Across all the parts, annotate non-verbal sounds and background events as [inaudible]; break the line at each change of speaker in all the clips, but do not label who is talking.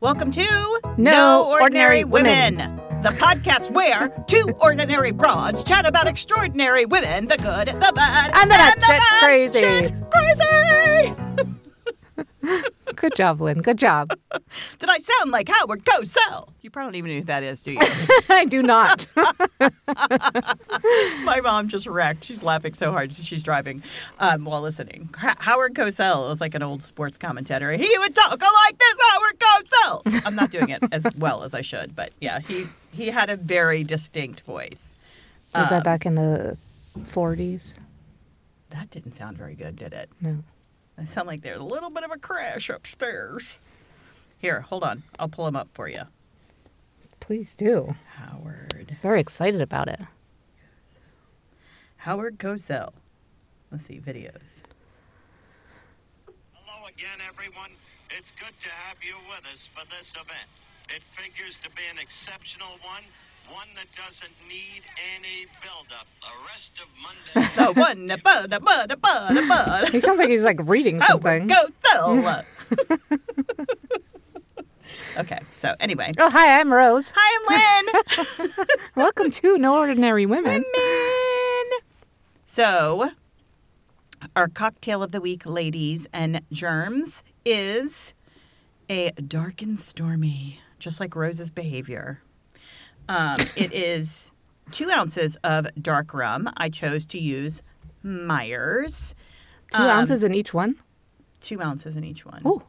Welcome to
No Ordinary
the podcast where two ordinary broads chat about extraordinary women, the good, the bad,
And the batshit
bad
crazy.
shit crazy.
Good job, Lynn. Good job.
Did I sound like Howard Cosell? You probably don't even know who that is, do you?
[laughs] I do not.
[laughs] My mom just wrecked. She's laughing so hard she's driving um, while listening. H- Howard Cosell was like an old sports commentator. He would talk like this, Howard Cosell. I'm not doing it as well as I should, but yeah, he he had a very distinct voice.
[laughs] Was that back in the 40s?
That didn't sound very good, did it?
No.
They sound like there's a little bit of a crash upstairs. Here, hold on. I'll pull him up for you.
Please do.
Howard.
Very excited about it.
Howard Cosell. Let's see, videos. [laughs]
Hello again, everyone. It's good to have you with us for this event. It figures to be an exceptional one, one that doesn't need any buildup. The rest of Monday.
The one, the bud, the bud, the bud, the bud.
[laughs] He sounds like he's like reading something.
Howard Cosell. okay, so anyway.
Oh, hi, I'm Rose.
Hi, I'm Lynn.
Welcome to No Ordinary Women.
Women. So, our cocktail of the week, ladies and germs, is a dark and stormy, just like Rose's behavior. Um,
[laughs]
it is two ounces of dark rum. I chose to use Myers.
Two ounces in each one.
Two ounces in each one.
Ooh.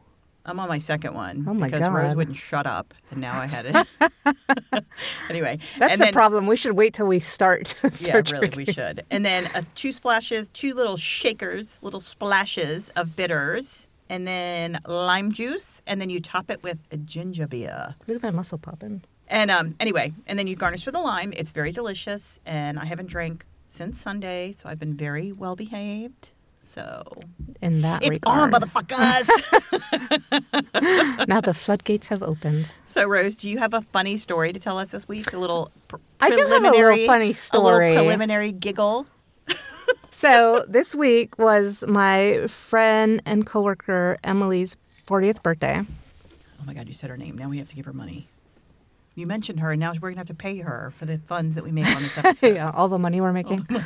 I'm on my second one
Oh my
because Rose
God.
wouldn't shut up, and now I had it.
[laughs]
[laughs] anyway,
That's
and
the
then-
problem. We should wait till we start. [laughs] start
yeah, really, we
drinking.
should. And then uh, two splashes, two little shakers, little splashes of bitters, and then lime juice, and then you top it with a ginger beer.
Look at my muscle popping.
And um, anyway, and then you garnish with a lime. It's very delicious, and I haven't drank since Sunday, so I've been very well behaved. So
In that
it's on,
regard.
motherfuckers.
[laughs] now the floodgates have opened.
so Rose, do you have a funny story to tell us this week? A little. Pr-
I do have a little
preliminary-
funny
A
story.
little preliminary giggle.
So this week was my friend and coworker Emily's 40th birthday.
Oh my God, you said her name. Now we have to give her money. You mentioned her, and now we're going to have to pay her for the funds that we make
[laughs]
on this episode.
yeah, all the money we're making. [laughs]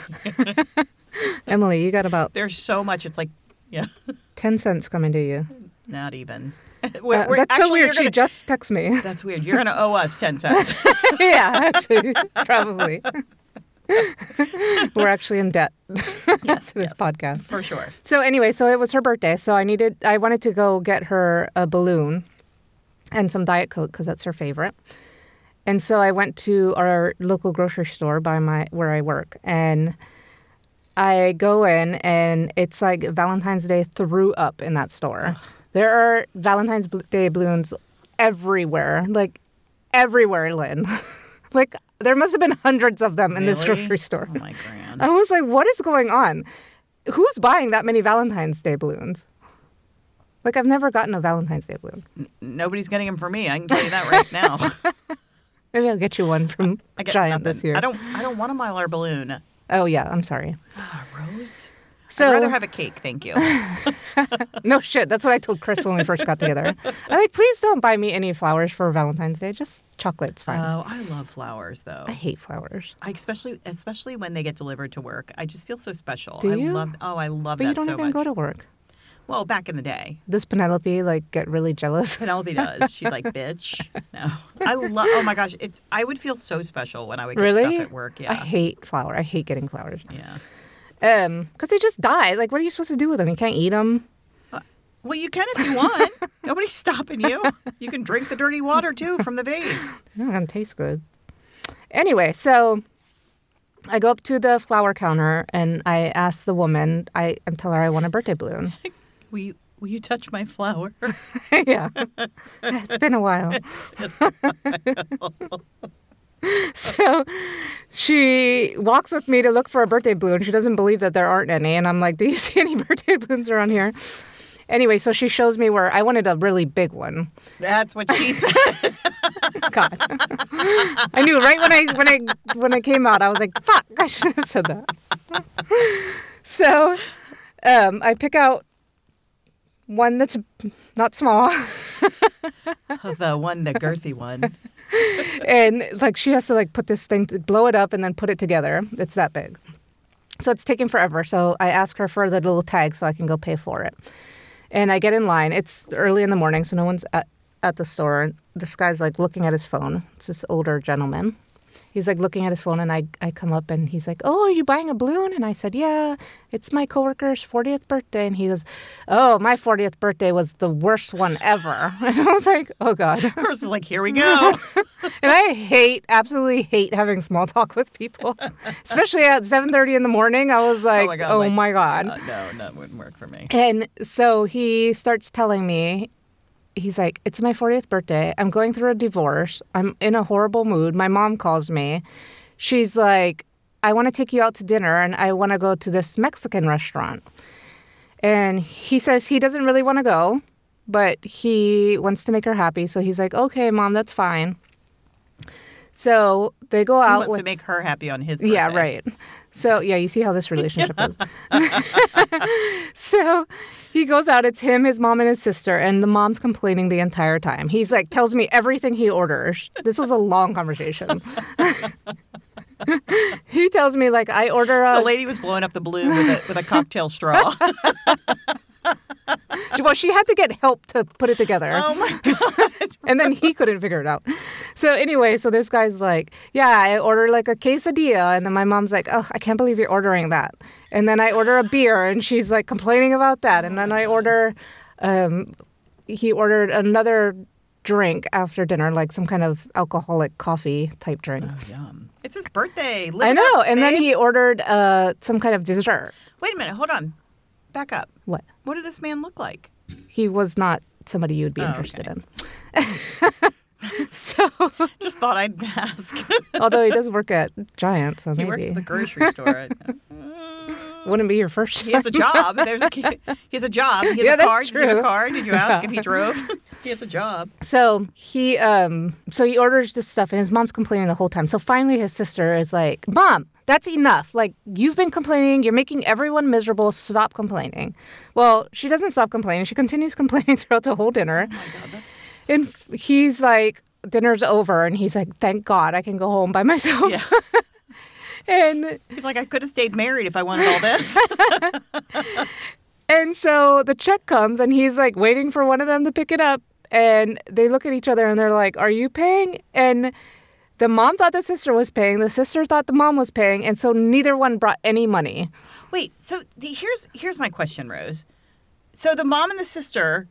Emily, you got about
There's so much. It's like, yeah, [laughs]
10 cents coming to you.
not even. [laughs] We're-
Uh,
we're-
that's
actually,
so weird.
you're
She
gonna-
just texted
[laughs]
me. [laughs]
That's weird. You're going to owe us 10 cents.
yeah, actually,
[laughs]
probably. We're actually in debt
[laughs] yes,
to this
yes,
podcast.
for sure.
So anyway, so it was her birthday, so I needed I wanted to go get her a balloon and some diet coke cuz that's her favorite. And so I went to our local grocery store by my where I work and I go in and it's like Valentine's Day threw up in that store. There are Valentine's bl- Day balloons everywhere, like everywhere, Lynn. [laughs] like there must have been hundreds of them in this
Really?
grocery store. Uh,
Oh my grand.
I was like, what is going on? Who's buying that many Valentine's Day balloons? Like, I've never gotten a Valentine's Day balloon.
Nobody's getting them for me. I can tell you that
[laughs]
right now.
Maybe I'll get you one from
I get
Giant
nothing.
this year.
I don't. I don't want a mylar balloon.
Oh, yeah, I'm sorry.
Ah, Rose.
So,
I'd rather have a cake. Thank
[laughs]
you.
no shit. That's what I told Chris when we first got together. I'm like, please don't buy me any flowers for Valentine's Day. Just chocolate's fine.
oh, I love flowers though.
I hate flowers.
I especially especially when they get delivered to work. I just feel so special.
Do
I
you?
love oh I love
But
that
you don't
so
even
much.
go to work.
well, back in the day.
Does Penelope, like, get really jealous? [laughs]
Penelope does. She's like, bitch. No. I love oh my gosh, it's I would feel so special when I would get
really?
stuff at work. Yeah.
I hate flower. I hate getting flowers.
yeah.
Um, because they just die. Like, what are you supposed to do with them? You can't eat them.
Well you can if you
[laughs]
want. Nobody's stopping you. You can drink the dirty water too from the vase.
Not gonna taste good. Anyway, so I go up to the flower counter and I ask the woman. I, I tell her I want a birthday balloon. [laughs]
Will you will you touch my flower?
yeah, it's been a while. so she walks with me to look for a birthday balloon. She doesn't believe that there aren't any, and I'm like, "Do you see any [laughs] birthday balloons around here?" Anyway, so she shows me where I wanted a really big one.
That's what she
[laughs]
said.
God. I knew right when I when I when I came out, I was like, "Fuck, [laughs] I shouldn't have said that." so, um, I pick out one that's not small.
Oh, the one, the girthy one.
and like she has to like put this thing to blow it up and then put it together. It's that big. So it's taking forever. So I ask her for the little tag so I can go pay for it. And I get in line. It's early in the morning, so no one's at, at the store. This guy's like looking at his phone. It's this older gentleman. He's like looking at his phone, and I, I come up and he's like, Oh, are you buying a balloon? And I said, Yeah, it's my coworker's 40th birthday. And he goes, Oh, my 40th birthday was the worst one ever. [laughs] And I was like, Oh, God.
Hers is like, here we
[laughs]
go.
And I hate, absolutely hate having small talk with people, [laughs] especially at 7:30 in the morning. I was like, oh my god,
like, Uh, no, that wouldn't work for me.
And so he starts telling me, he's like, it's my 40th birthday. I'm going through a divorce. I'm in a horrible mood. My mom calls me. She's like, I want to take you out to dinner, and I want to go to this Mexican restaurant. And he says he doesn't really want to go, but he wants to make her happy. So he's like, okay, mom, that's fine. So they go
He
out.
wants
with-
to make her happy on his birthday.
yeah, right. So, yeah, you see
[laughs]
how this relationship is. [laughs] so he goes out. It's him, his mom, and his sister, and the mom's complaining the entire time. He's like, tells me everything he orders. This was a long conversation. [laughs] he tells me, like, I order
The
a.
lady was blowing up the balloon with a, with a cocktail
[laughs]
straw.
well, she had to get help to put it together.
oh [laughs] my god!
and then he couldn't figure it out. So anyway, so this guy's like, "Yeah, I order like a quesadilla," and then my mom's like, "Oh, I can't believe you're ordering that." And then I order a beer, and she's like complaining about that. And then I order, um, he ordered another drink after dinner, like some kind of alcoholic coffee type drink.
Yum. It's his birthday. Live
I
it
know.
up,
And then
babe.
he ordered uh, some kind of dessert.
Wait a minute. Hold on. Back up.
What?
What did this man look like?
He was not somebody you'd be
Oh,
interested in. so,
Just thought I'd [laughs] ask.
although he does work at Giant, so
he
maybe
works at the grocery
[laughs]
store.
wouldn't be your first.
He has a job. There's a he has a job. He has
Yeah,
a
that's
car. Did you have a
true.
car? Did you ask if
[laughs]
he drove? [laughs] he has a job.
So he um so he orders this stuff and his mom's complaining the whole time. So finally his sister is like, "Mom, that's enough. Like you've been complaining, you're making everyone miserable. Stop complaining." Well, she doesn't stop complaining. She continues [laughs] complaining throughout the whole dinner.
Oh
and f- he's like, "Dinner's over." And he's like, "Thank God I can go home by myself."
Yeah.
[laughs] and
He's like, I could have stayed married if I wanted all
[laughs]
this.
And so the check comes and he's like waiting for one of them to pick it up. And they look at each other and they're like, Are you paying? And the mom thought the sister was paying. The sister thought the mom was paying. And so neither one brought any money.
Wait. So the, here's here's my question, Rose. So the mom and the sister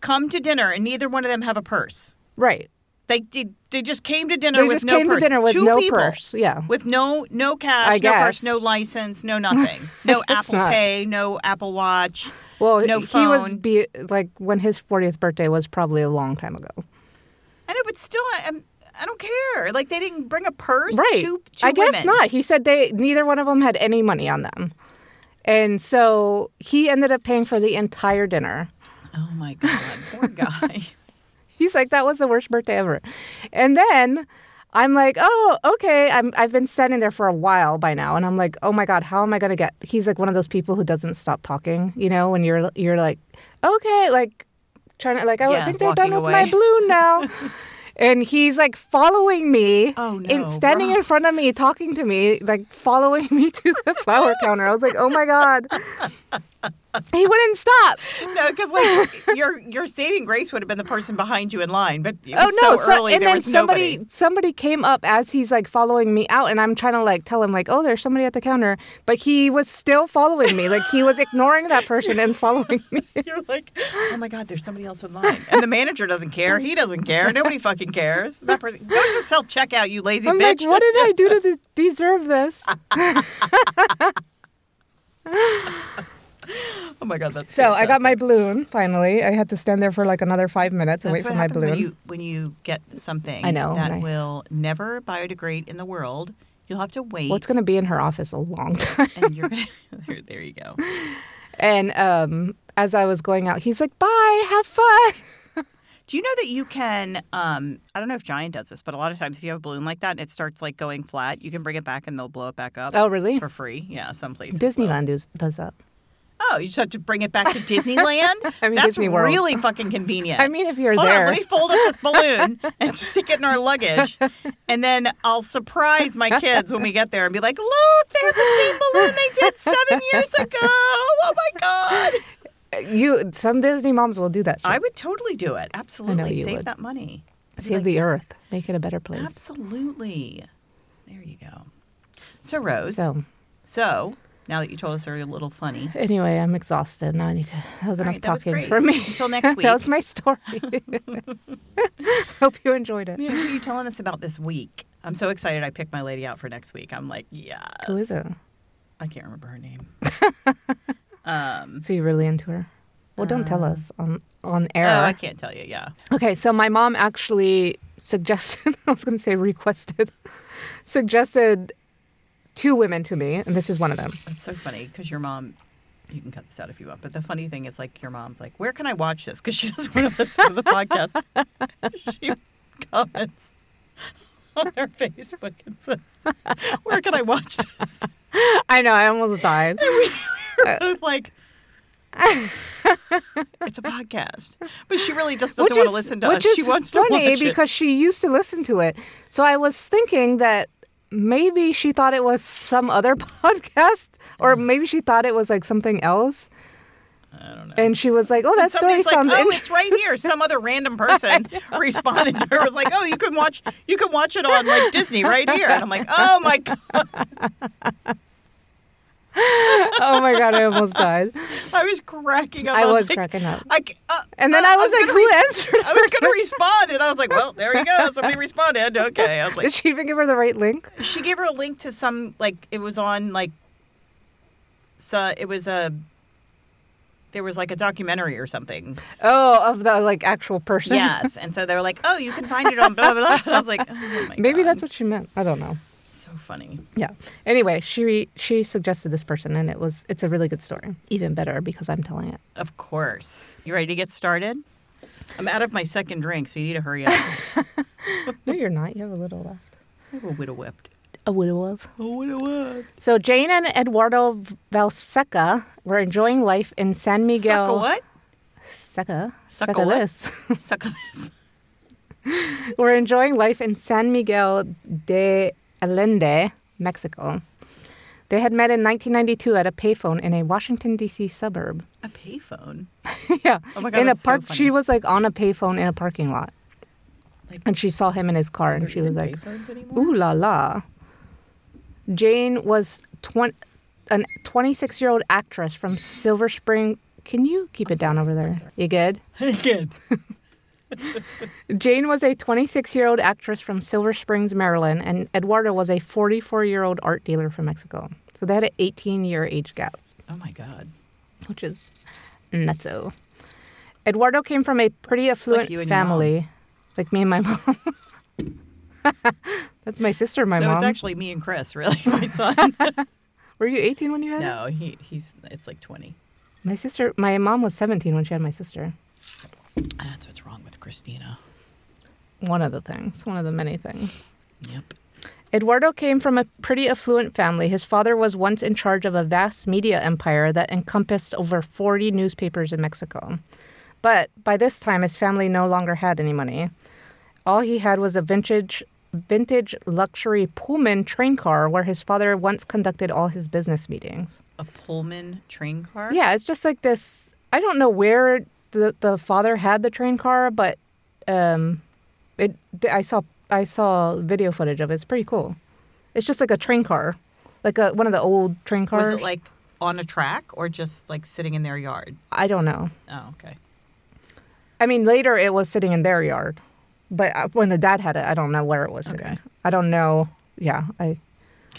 come to dinner, and neither one of them have a purse.
Right.
They did. They just came to dinner
They
with
just
no
came
purse.
to dinner with
Two
no
people
purse. Yeah.
With no no cash,
I
no purse,
guess.
no license, no
[laughs]
nothing, no
guess
Apple
not.
Pay, no Apple Watch.
Well,
no
he was
phone.
be- like when his 40th birthday was probably a long time ago.
I know, but still, I, I'm. I don't care. Like they didn't bring a purse.
Right.
Two, two
I guess
women.
not. He said they neither one of them had any money on them. And so he ended up paying for the entire dinner.
Oh my god, poor guy. [laughs]
[laughs] He's like, that was the worst birthday ever. And then I'm like, oh, okay. I'm, I've been standing there for a while by now. And I'm like, oh my God, how am I going to get? He's like one of those people who doesn't stop talking, you know, when you're, you're like, okay, like trying to, like, I
Yeah,
think they're done
walking
with my
away. [laughs]
balloon now. and he's like following me
Oh, no,
and standing in front of me, talking to me, like following [laughs] me to the flower counter. I was like, oh
[laughs]
my God. He wouldn't stop.
No, because like your your saving grace would have been the person behind you in line, but it was so, early
Oh, and
there
then
was
somebody
nobody.
somebody came up as he's like following me out, and I'm trying to like tell him like, oh, there's somebody at the counter, but he was still following me, like he was ignoring that person and following
[laughs]
me.
You're like, oh my god, there's somebody else in line, and the manager doesn't care. He doesn't care. Nobody fucking cares. That person, go to the self checkout, you lazy
I'm like,
bitch. Ah,
what did I do to de- deserve this?
Oh my god, that's
So I got my
fantastic.
balloon finally. I had to stand there for like another five minutes and
That's
wait
what
for my
happens
balloon.
When you, when you get something
I know,
that
right.
will never biodegrade in the world, you'll have to wait.
Well, it's gonna be in her office a long [laughs] time.
and you're gonna [laughs] there, there you go.
And um, as I was going out, he's like, bye, have fun.
Do you know that you can? Um, I don't know if Giant does this, but a lot of times if you have a balloon like that and it starts like going flat, you can bring it back and they'll blow it back up
Oh, really?
for free. Yeah, some places. will.
Disneyland does, does that.
Oh, know. You just have to bring it back to Disneyland. [laughs]
I mean,
That's
Disney World.
really fucking convenient.
I mean, if you're
Hold
there.
on, let me fold up [laughs] this balloon and stick it in our luggage, and then I'll surprise my kids when we get there and be like, "Look, they have the same balloon they did seven years ago. Oh my god!" Uh,
You some Disney moms will do that. Shit.
I would totally do it. Absolutely,
you
save
would.
that money. I'd be
Save
like,
the earth, make it a better place.
Absolutely. There you go. So Rose, so,
So
now that you told us they're a little funny,
anyway, I'm exhausted. Now I need to. That was enough
right, that was
talking
great.
for me. [laughs]
Until next
that was
week.
my story. [laughs] Hope you enjoyed it.
yeah, what are you telling us about this week? I'm so excited. I picked my lady out for next week. I'm like, yeah.
Who is it?
I can't remember her
[laughs]
name. Um,
So you're really into her? Well, don't tell us on on air.
Oh, I can't tell you. Yeah.
Okay, so my mom actually suggested, [laughs] I was going to say requested, [laughs] suggested two women to me, and this is one of them.
It's so funny because your mom, you can cut this out if you want, but the funny thing is, like, your mom's like, where can I watch this? Because she doesn't want to listen to the
[laughs]
podcast. she comments on her Facebook and says, where can I watch this?
[laughs] I know, I almost died.
I was
[laughs]
like, it's a podcast. But she really just
Which
doesn't want
is-
to listen to
which
us. She
is
wants to watch
funny
it.
because she used to listen to it. So I was thinking that maybe she thought it was some other [laughs] podcast, or maybe she thought it was like something else. I don't know. And she was like, "Oh, that story
Somebody's like,
sounds
oh, it's
interesting."
right here. Some other random person responded to her was like, oh, you can watch, you can watch it on like Disney right here. And I'm like, oh my [laughs] god,
[laughs] oh my god, I
[laughs]
almost died.
I was cracking up.
I was
like,
cracking up.
I c- uh,
And then
uh,
I was, like,
gonna
"Who
re- [laughs]
answered?"
I was
[laughs]
going to respond, and I was like, well, there you go. Somebody responded. Okay, I was
[laughs]
like,
Did she even give her the right link?
she gave her a link to some like it was on like so it was a there was like a documentary or
[laughs]
something.
Oh, of the like actual person.
Yes, and so they were like, "Oh, you can find it on blah blah." blah. And I was like, "Oh my
[laughs] Maybe
God.
that's what she meant. I don't know.
so funny."
Yeah. Anyway, she she suggested this person, and it was it's a really good story. Even better because I'm telling it.
Of course, you ready to get started? I'm out of my second drink, so you need to [laughs] hurry up. I
No, you're not. You have a little left.
have a widow whipped.
A widow of.
A widow whipped.
So Jane and Eduardo Valseca were enjoying life in San Miguel.
Suck a what?
Seca.
Suck a
Seca
what?
this. [laughs]
Suck a this.
We're enjoying life in San Miguel de Allende, Mexico. They had met in 1992 at a payphone in a Washington D.C. suburb.
[laughs]
[laughs]
A payphone.
yeah.
Oh my God,
in a
that's so
park, she
funny.
was like on a payphone in a parking lot,
Like-
and she saw him in his car,
Are
and she
there
was
even
like,
payphones anymore? [laughs]
"Ooh la la." Jane was twenty, an twenty-six-year-old actress from Silver Spring. Can you keep it down over there? You good?
Again.
Jane was a 26 year old actress from Silver Springs, Maryland, and Eduardo was a 44 year old art dealer from Mexico. So they had an 18 year age gap,
Oh my God.
which is nutso. Eduardo came from a pretty affluent
you and your
family, like me and my [laughs] mom. That's my sister and my
No,
mom.
it's actually me and Chris. Really, [laughs] my son.
[laughs] Were you 18 when you had it?
No, he, he's it's like twenty.
My sister, my mom was 17 when she had my sister.
That's what's wrong with Christina.
One of the things, one of the many things.
Yep.
Eduardo came from a pretty affluent family. His father was once in charge of a vast media empire that encompassed over 40 newspapers in Mexico. But by this time, his family no longer had any money. All he had was a vintage, vintage luxury Pullman train car where his father once conducted all his business meetings.
A Pullman train car.
Yeah, it's just like this. I don't know where the the father had the train car, but um, it I saw I saw video footage of it. It's pretty cool. It's just like a train car, like a one of the old train cars.
Was it like on a track or just like sitting in their yard?
I don't know.
Oh, okay.
I mean, later it was sitting in their yard, but uh, when the dad had it, I don't know where it was sitting.
Okay.
I don't know. Yeah, I.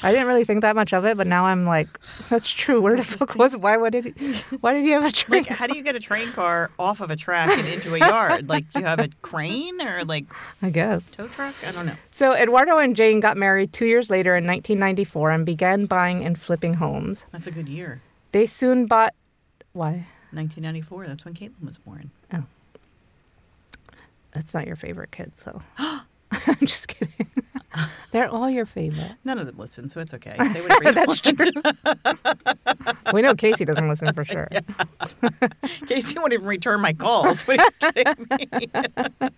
I didn't really think that much of it, but now I'm like, [laughs] that's true. Where the fuck was? Why would it? Why did he have a train?
[laughs] Like, how do you get a train car off of a track and into a yard? Like, you have a crane or like
I guess.
tow truck? I don't know.
So Eduardo and Jane got married two years later in 1994 and began buying and flipping homes.
That's a good year.
They soon bought. Why?
1994. That's when Caitlin was born.
[gasps] That's not your favorite kid, so. I'm just kidding. [laughs] They're all your favorite. [laughs]
None of them listen, so it's okay. They would read
That's
one.
true. we know Casey doesn't listen for sure.
[laughs] Casey won't even return my calls. [laughs] What are you kidding?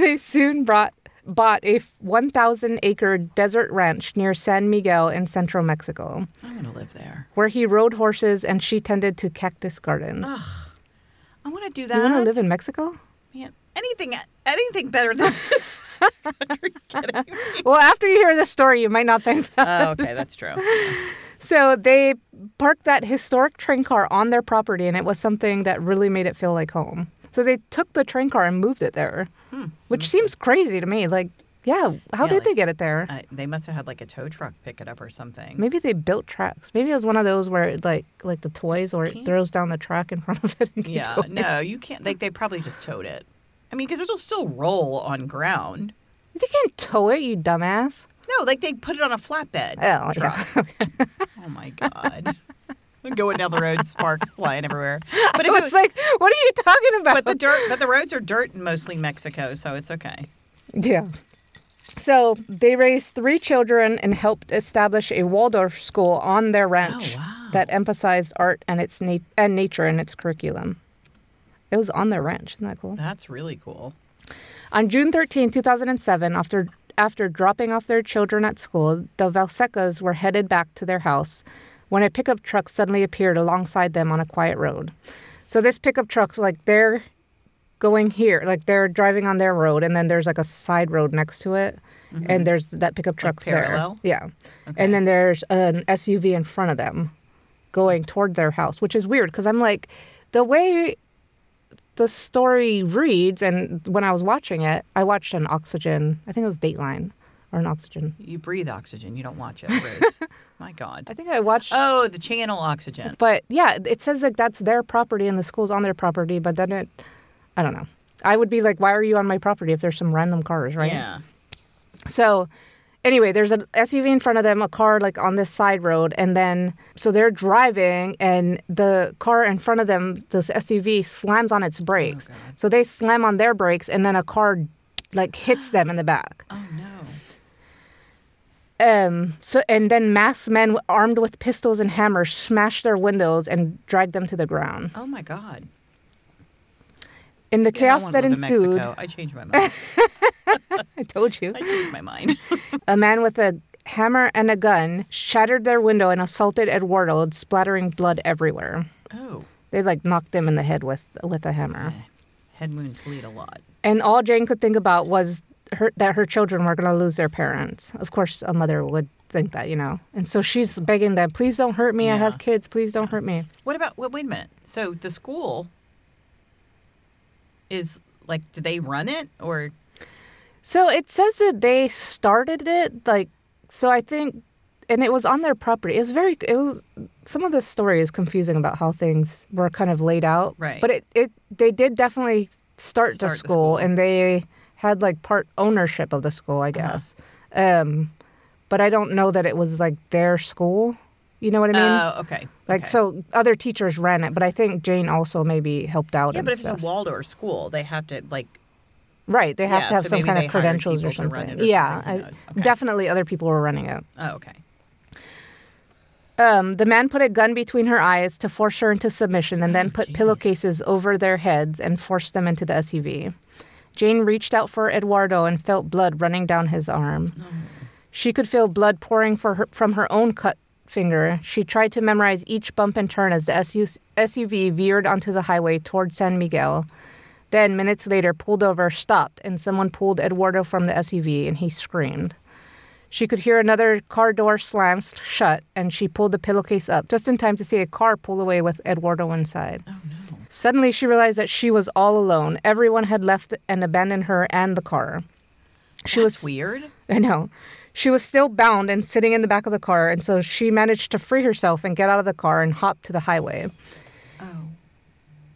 They soon brought bought a 1,000 acre desert ranch near San Miguel in central Mexico,
I'm going to live there.
where he rode horses and she tended to cactus gardens.
I want to do that.
you want to live in Mexico?
Man, anything, anything better than this.
Well, after you hear this story, you might not think that.
oh, [laughs] okay, that's true.
So they parked that historic train car on their property, and it was something that really made it feel like home. So they took the train car and moved it there, which seems crazy to me. Like, yeah,
Hmm.
how
Yeah,
did
like-
they get it there?
Uh, they must have had like a tow truck pick it up or something.
Maybe they built tracks. Maybe it was one of those where it like like the toys, or it
Can't-
throws down the track in front of it. And keeps [laughs]
Yeah,
going.
no, you can't. Like they probably just towed it. I mean, because it'll still roll on ground.
they can't tow it, you dumbass.
No, like they put it on a flatbed.
Oh,
truck.
[laughs]
oh my god. Going down the road, sparks flying everywhere. But if
It's like, what are you talking about?
but the dirt, but the roads are dirt in mostly Mexico, so it's okay.
Yeah. So they raised three children and helped establish a Waldorf school on their ranch
Oh, wow.
that emphasized art and its nat- and nature in its curriculum. It was on their ranch, isn't that cool?
That's really cool.
On June 13, 2007, after after dropping off their children at school, the Valsecas were headed back to their house when a pickup truck suddenly appeared alongside them on a quiet road. So this pickup truck's like they're going here, like they're driving on their road, and then there's like a side road next to it, and there's that pickup truck's
parallel?
there. Yeah, and then there's an SUV in front of them going toward their house, which is weird because I'm like the way the story reads, and when I was watching it, I watched an Oxygen. I think it was Dateline or an Oxygen.
You breathe oxygen. You don't watch it,
[laughs]
Rose. my God.
I think I watched.
Oh, the channel oxygen.
but yeah, it says like that's their property and the school's on their property, but then it, I don't know. I would be like, why are you on my property if there's some random cars, right?
Yeah.
So, anyway, there's an SUV in front of them, a car like on this side road, and then so they're driving, and the car in front of them, this SUV, slams on its
Oh,
brakes. so they slam on their brakes, and then a car like hits them in the back.
Oh no.
Um, so and then masked men armed with pistols and hammers smashed their windows and dragged them to the ground.
Oh my God.
In the
Yeah, I don't
chaos
wanna
that
live in
ensued,
Mexico. I changed my mind.
[laughs] I
[laughs]
told you,
I changed my
[laughs]
mind.
a man with a hammer and a gun shattered their window and assaulted Eduardo, splattering blood everywhere.
oh.
They like knocked him in the head with with a hammer.
Head wounds bleed a lot.
And all Jane could think about was her, that her children were going to lose their parents. Of course, a mother would think that, you know. And so she's begging them, please don't hurt me. I
Yeah.
have kids. Please don't hurt me.
What about wait, wait a minute? So the school is like, do they run it or?
So it says that they started it, like, so I think, and it was on their property. It was very, it was, some of the story is confusing about how things were kind of laid out.
Right.
But it, it they did definitely start,
Start the
the, school,
school.
and they had like part ownership of the school,
Uh-huh.
I guess. Um, but I don't know that it was like their school. You know what I mean?
Oh, okay.
like,
okay.
so other teachers ran it, but I think Jane also maybe helped out
Yeah,
and
but if
stuff.
it's a Waldorf school, they have to like.
Right, they have
Yeah,
to have
so
some
maybe
kind
they
of
hired
credentials or
people to run
something.
it or
yeah,
something, who
I-
knows? Okay.
definitely other people were running it.
Oh, okay.
Um, the man put a gun between her eyes to force her into submission and then put pillowcases over their heads and forced them into the SUV. Jane reached out for Eduardo and felt blood running down his arm. She could feel blood pouring for her, from her own cut finger. She tried to memorize each bump and turn as the SU- SUV veered onto the highway toward San Miguel. Then, minutes later, pulled over, stopped, and someone pulled Eduardo from the SUV and he screamed. She could hear another car door slam s- shut, and she pulled the pillowcase up just in time to see a car pull away with Eduardo inside.
Oh,
Suddenly, she realized that she was all alone. Everyone had left and abandoned her and the car. She
That's
was
weird.
I know. She was still bound and sitting in the back of the car, and so she managed to free herself and get out of the car and hop to the highway.
Oh,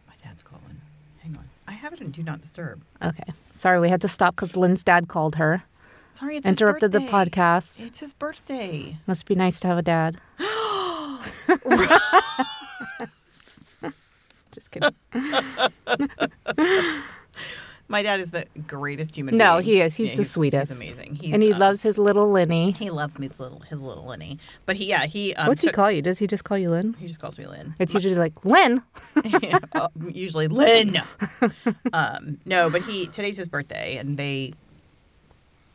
my dad's calling. Hang on. I have it in Do Not Disturb.
Okay. Sorry, we had to stop because Lynn's dad called her.
Sorry, it's
Interrupted the
his birthday.
podcast.
It's his birthday.
Must be nice to have a dad.
[gasps]
[laughs]
[laughs]
Just kidding.
My dad is the greatest human.
No,
being.
he is. He's the sweetest.
He's amazing. He's,
and he
um,
loves his little Linny.
He loves me, little his little Lenny. But he, yeah, he. Um,
What's he
took-
call you? Does he just call you Lynn?
He just calls me Lynn.
It's usually like Lynn.
[laughs] Uh, usually Lynn. um, no, but he today's his birthday, and they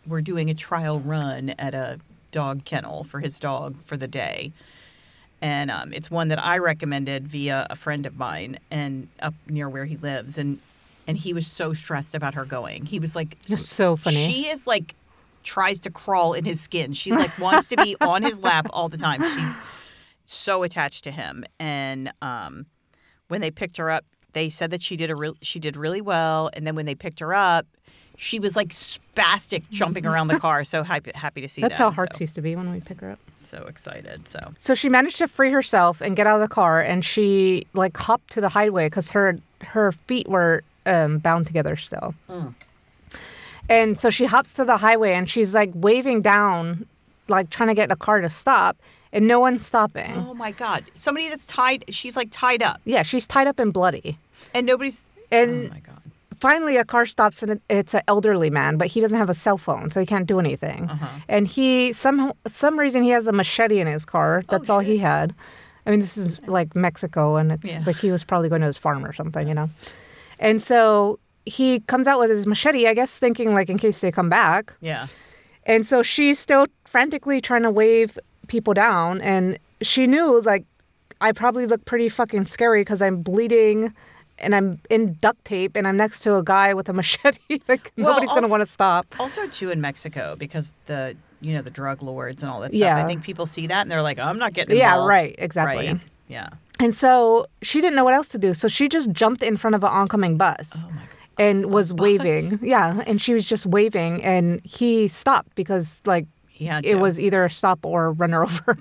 were doing a trial run at a dog kennel for his dog for the day, and um, it's one that I recommended via a friend of mine, and up near where he lives, and and he was so stressed about her going. He was like,
[laughs] That's so funny.
She is like tries to crawl in his skin. She like wants to be on his lap all the time. She's so attached to him, and um, when they picked her up, they said that she did a real she did really well. And then when they picked her up, she was like spastic, jumping around the car. So happy, happy to see
That's
that.
how Harks
so,
used to be when we pick her up.
so excited. So
So she managed to free herself and get out of the car, and she like hopped to the highway because her her feet were um, bound together still.
Hmm.
And so she hops to the highway, and she's like waving down, like trying to get the car to stop, and no one's stopping.
oh my god, somebody that's tied. She's like tied up,
Yeah, she's tied up and bloody.
and nobody's.
And
oh my god.
finally, a car stops, and it- it's an elderly man, but he doesn't have a cell phone, so he can't do anything. And he some some reason he has a machete in his car. That's all he had. I mean, this is like Mexico, and it's
Yeah.
like he was probably going to his farm or something, you know. And so he comes out with his machete, I guess, thinking like in case they come back.
Yeah.
And so she's still frantically trying to wave people down. And she knew, like, I probably look pretty fucking scary because I'm bleeding and I'm in duct tape and I'm next to a guy with a [laughs] machete. like,
Well,
nobody's going to
also-
want to stop.
Also too in Mexico because the you know the drug lords and all that stuff.
Yeah.
I think people see that and they're like, I'm not getting
Yeah,
involved.
right, exactly.
Right. Yeah.
And so she didn't know what else to do. So she just jumped in front of an oncoming bus. And was waving, yeah, and she was just waving, and he stopped because like
He had
it
to.
was either stop or run her [laughs] over.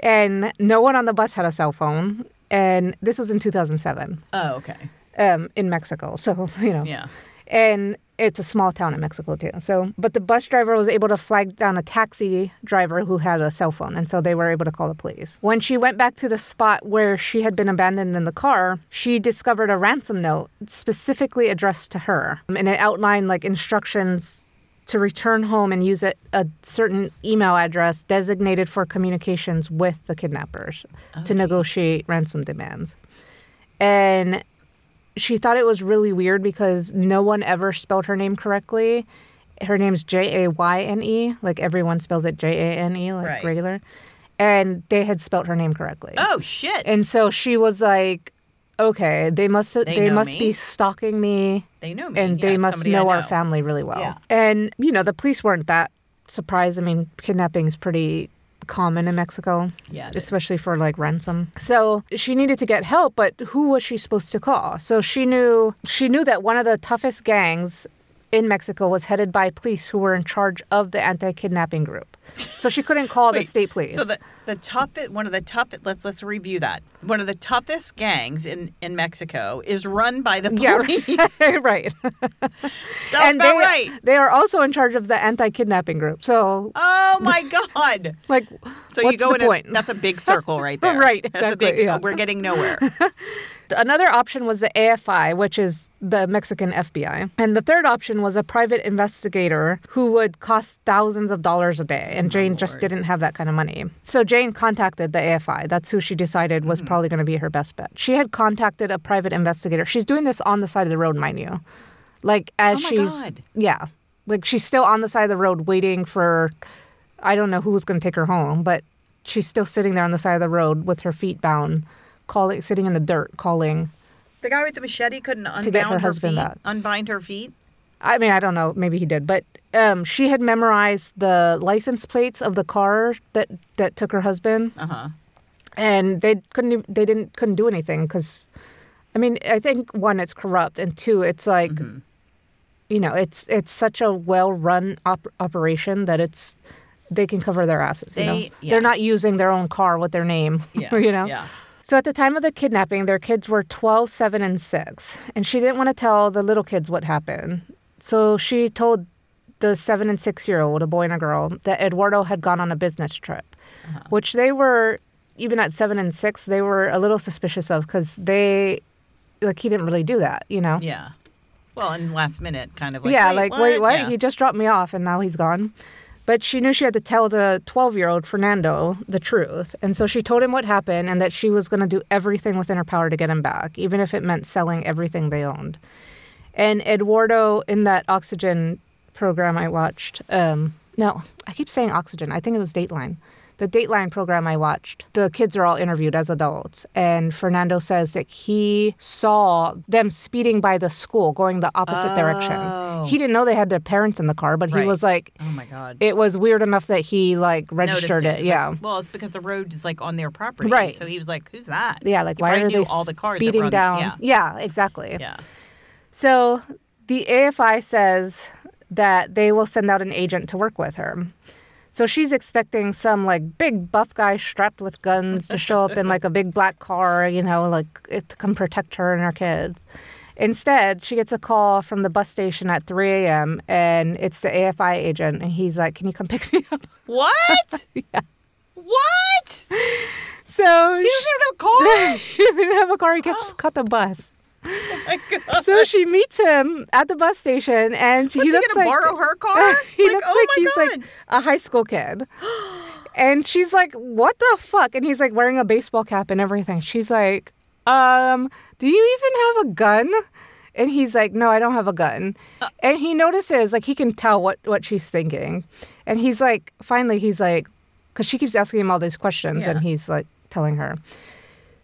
and no one on the bus had a cell phone. And this was in 2007
Oh, okay.
um, in Mexico. So, you know.
Yeah.
And it's a small town in Mexico, too. So, but the bus driver was able to flag down a taxi driver who had a cell phone. And so they were able to call the police. When she went back to the spot where she had been abandoned in the car, she discovered a ransom note specifically addressed to her. Um, And it outlined like instructions to return home and use a, a certain email address designated for communications with the kidnappers to negotiate ransom demands. And she thought it was really weird because no one ever spelled her name correctly. Her name's J A Y N E, like everyone spells it J A N E, like
Right.
regular. And they had spelled her name correctly.
Oh shit.
And so she was like, "Okay, they must they,
know
must
me.
be stalking me."
they know me.
and
Yeah,
they
it's
must
somebody
know,
I
our family really well.
Yeah.
And you know, the police weren't that surprised. I mean, kidnapping is pretty common in Mexico.
Yeah, it is.
especially for like ransom. So she needed to get help, but who was she supposed to call? So she knew she knew that one of the toughest gangs in Mexico was headed by police who were in charge of the anti-kidnapping group. So she couldn't call the
Wait,
state police.
So the the toughest one of the toughest let's let's review that. One of the toughest gangs in in Mexico is run by the
[laughs] yeah,
police.
[laughs] right.
Sounds
they,
about right.
they are also in charge of the anti-kidnapping group. So,
Oh my god.
like,
So
what's
you go
the
in a-
point?
that's a big circle right there.
[laughs] Right,
That's a big
exactly, yeah.
we're getting nowhere.
Another option was the AFI, which is the Mexican FBI. And the third option was a private investigator who would cost thousands of dollars a day. And Jane just didn't have that kind of money. So Jane contacted the AFI. That's who she decided was
Hmm.
probably going to be her best bet. She had contacted a private investigator. She's doing this on the side of the road, mind you. Like, as
Oh my
she's.
God.
Yeah. Like, she's still on the side of the road waiting for. I don't know who's going to take her home, but she's still sitting there on the side of the road with her feet bound, calling, sitting in the dirt, calling.
The guy with the machete couldn't unbound
get her husband
feet,
back.
unbind her feet.
I mean, I don't know. Maybe he did, but um, she had memorized the license plates of the car that that took her husband,
Uh-huh.
and they couldn't. ev- They didn't couldn't do anything because, I mean, I think one, it's corrupt, and two, it's like,
Mm-hmm.
you know, it's it's such a well run op- operation that it's they can cover their asses. you know,
They- yeah.
they're not using their own car with their name. [laughs]
Yeah.
you know,
Yeah.
so at the time of the kidnapping, their kids were 12, 7, and 6, and she didn't want to tell the little kids what happened. So she told the 7 and 6 year old, a boy and a girl, that Eduardo had gone on a business trip, which they were, even at 7 and 6, they were a little suspicious of because they, like, he didn't really do that, you know?
Yeah. Well, and last minute kind of like
yeah, like wait, what?
Yeah.
He just dropped me off, and now he's gone. But she knew she had to tell the 12 year old Fernando the truth. And so she told him what happened and that she was going to do everything within her power to get him back, even if it meant selling everything they owned. And Eduardo, in that oxygen program I watched, um, no, I keep saying oxygen. I think it was Dateline. The Dateline program I watched, the kids are all interviewed as adults. And Fernando says that he saw them speeding by the school, going the opposite direction. He didn't know they had their parents in the car, but he
Oh. Right.
was like,
oh my god.
it was weird enough that he like
Noticed
registered it.
It's
Yeah.
like, well, it's because the road is like on their property,
Right.
So he was like, "Who's that?"
yeah, like
He
why
probably
are they
knew all the cars that were
beating
on the-
down?
yeah.
yeah, exactly.
yeah.
So the AFI says that they will send out an agent to work with her. So she's expecting some like big buff guy strapped with guns to show up in like a big black car, you know, like it- to come protect her and her kids. Instead, she gets a call from the bus station at 3 a.m. and it's the AFI agent, and he's like, "Can you come pick me up?" [laughs]
What? What? He
So she- [laughs]
doesn't have no car. Oh
he didn't have a car. He
[gasps]
kept just caught the bus.
My God.
So she meets him at the bus station, and he
What's he
looks
gonna
like
borrow
[laughs]
her car?
he
Like,
looks
oh
like
my
he's
God.
like a high school kid. And she's like, "What the fuck?" And he's like wearing a baseball cap and everything. She's like, "Um, do you even have a gun?" And he's like, "No, I don't have a gun."
Uh.
And he notices, like, he can tell what what she's thinking. And he's like, finally, he's like, because she keeps asking him all these questions, and
Yeah.
he's like telling her.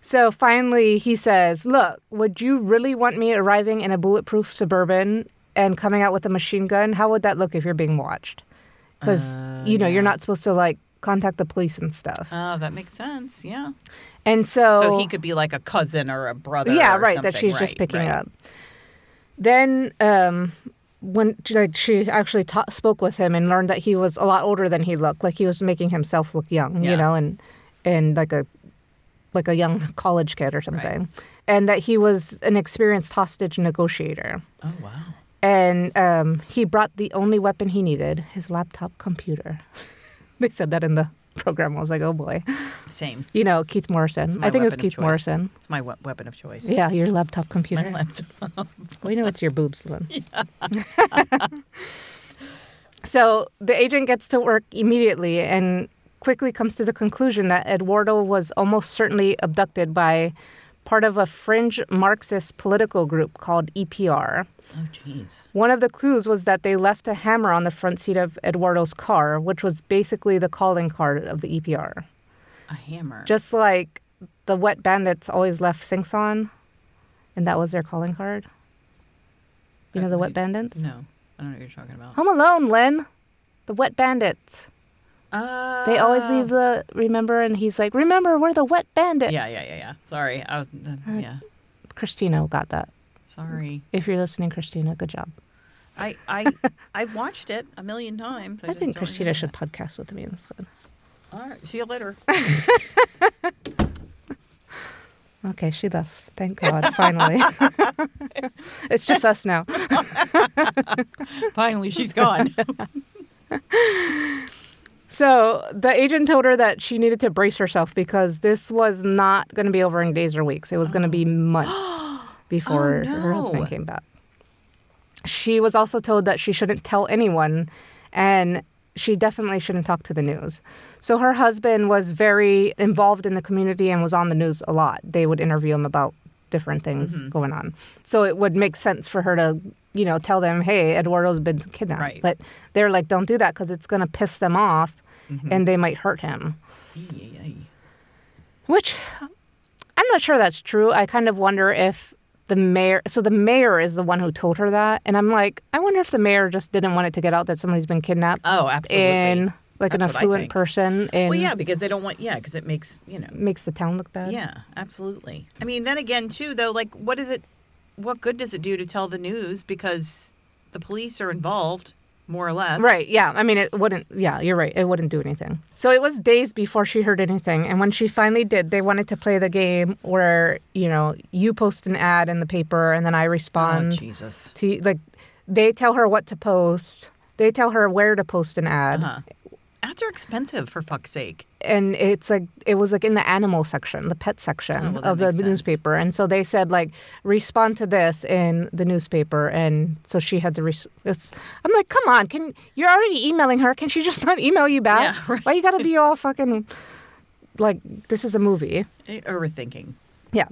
So finally, he says, Look, would you really want me arriving in a bulletproof suburban and coming out with a machine gun? How would that look if you're being watched? Because,
Uh,
you know, you're not supposed to like contact the police and stuff.
Oh, that makes sense. Yeah.
and so,
So he could be like a cousin or a brother.
Oh. yeah,
or
right, that
something.
she's just
Right,
picking
right.
up. Then, um, when like she actually ta- spoke with him and learned that he was a lot older than he looked, like he was making himself look young,
Yeah.
you know, and and like a like a young college kid or something, and that he was an experienced hostage negotiator.
Oh wow.
And um, he brought the only weapon he needed, his laptop computer. [laughs] they said that in the program. I was like, oh boy.
Same.
You know, Keith Morrison. I think it was Keith Morrison.
It's my we- weapon of choice.
Yeah, your laptop
[laughs]
computer.
My laptop.
We know it's your boobs, Lynn. [laughs] so the agent gets to work immediately and quickly comes to the conclusion that Eduardo was almost certainly abducted by part of a fringe Marxist political group called EPR.
Oh jeez.
One of the clues was that they left a hammer on the front seat of Eduardo's car, which was basically the calling card of the E EPR.
A hammer.
Just like the wet bandits always left sinks on, and that was their calling card. You know the wet bandits?
no. I don't know what you're talking about.
Home Alone, Lynn. The Wet Bandits.
Uh,
Oh, They always leave the remember, and he's like, "Remember, we're the Wet Bandits."
Yeah, yeah, yeah, yeah. Sorry. I was, uh, yeah.
Christina got that.
Sorry.
If you're listening, Christina, good job.
I
[laughs]
I I watched it a million times. I,
I
just
think
don't
Christina
remember
should podcast with me instead.
that. All right. See you
[laughs]
later.
Okay, she left. Thank
[laughs]
God, finally. [laughs] it's just us now.
Finally, she's [laughs] gone.
So the agent told her that she needed to brace herself because this was not going to be over in days or weeks. It was going to
[gasps]
be months before
Oh,
her
no.
husband came back. She was also told that she shouldn't tell anyone and she definitely shouldn't talk to the news. So her husband was very involved in the community and was on the news a lot. They would interview him about different things going on. So it would make sense for her to, you know, tell them, "Hey, Eduardo's been kidnapped."
Right.
But they're like, "Don't do that cuz it's going to piss them off and they might hurt him." Which I'm not sure that's true. I kind of wonder if the mayor so the mayor is the one who told her that and I'm like, I wonder if the mayor just didn't want it to get out that somebody's been kidnapped
Oh, absolutely.
in like an
That's what I
affluent
think.
person and
well, yeah, because they don't want. Yeah, because it makes you know.
makes the town look bad.
Yeah, absolutely. I mean, then again, too, though, like, what is it? What good does it do to tell the news because the police are involved, more or less?
Right, yeah. I mean, it wouldn't, yeah, you're right. It wouldn't do anything. So it was days before she heard anything. And when she finally did, they wanted to play the game where, you know, you post an ad in the paper and then I
Oh,
respond
Jesus.
to,
Uh-huh.
like, they tell her what to post, they tell her where to post an ad.
Huh. I Cats are expensive, for fuck's sake.
and it's like it was like in the animal section, the pet section
Oh, well, that
of the
makes sense.
newspaper, and so they said like respond to this in the newspaper, and so she had to. Res- it's, I'm like, come on, can you're already emailing her? Can she just [laughs] not email you back?
Yeah, right.
Why you gotta be all fucking like this is a movie?
Eh, Overthinking.
Yeah.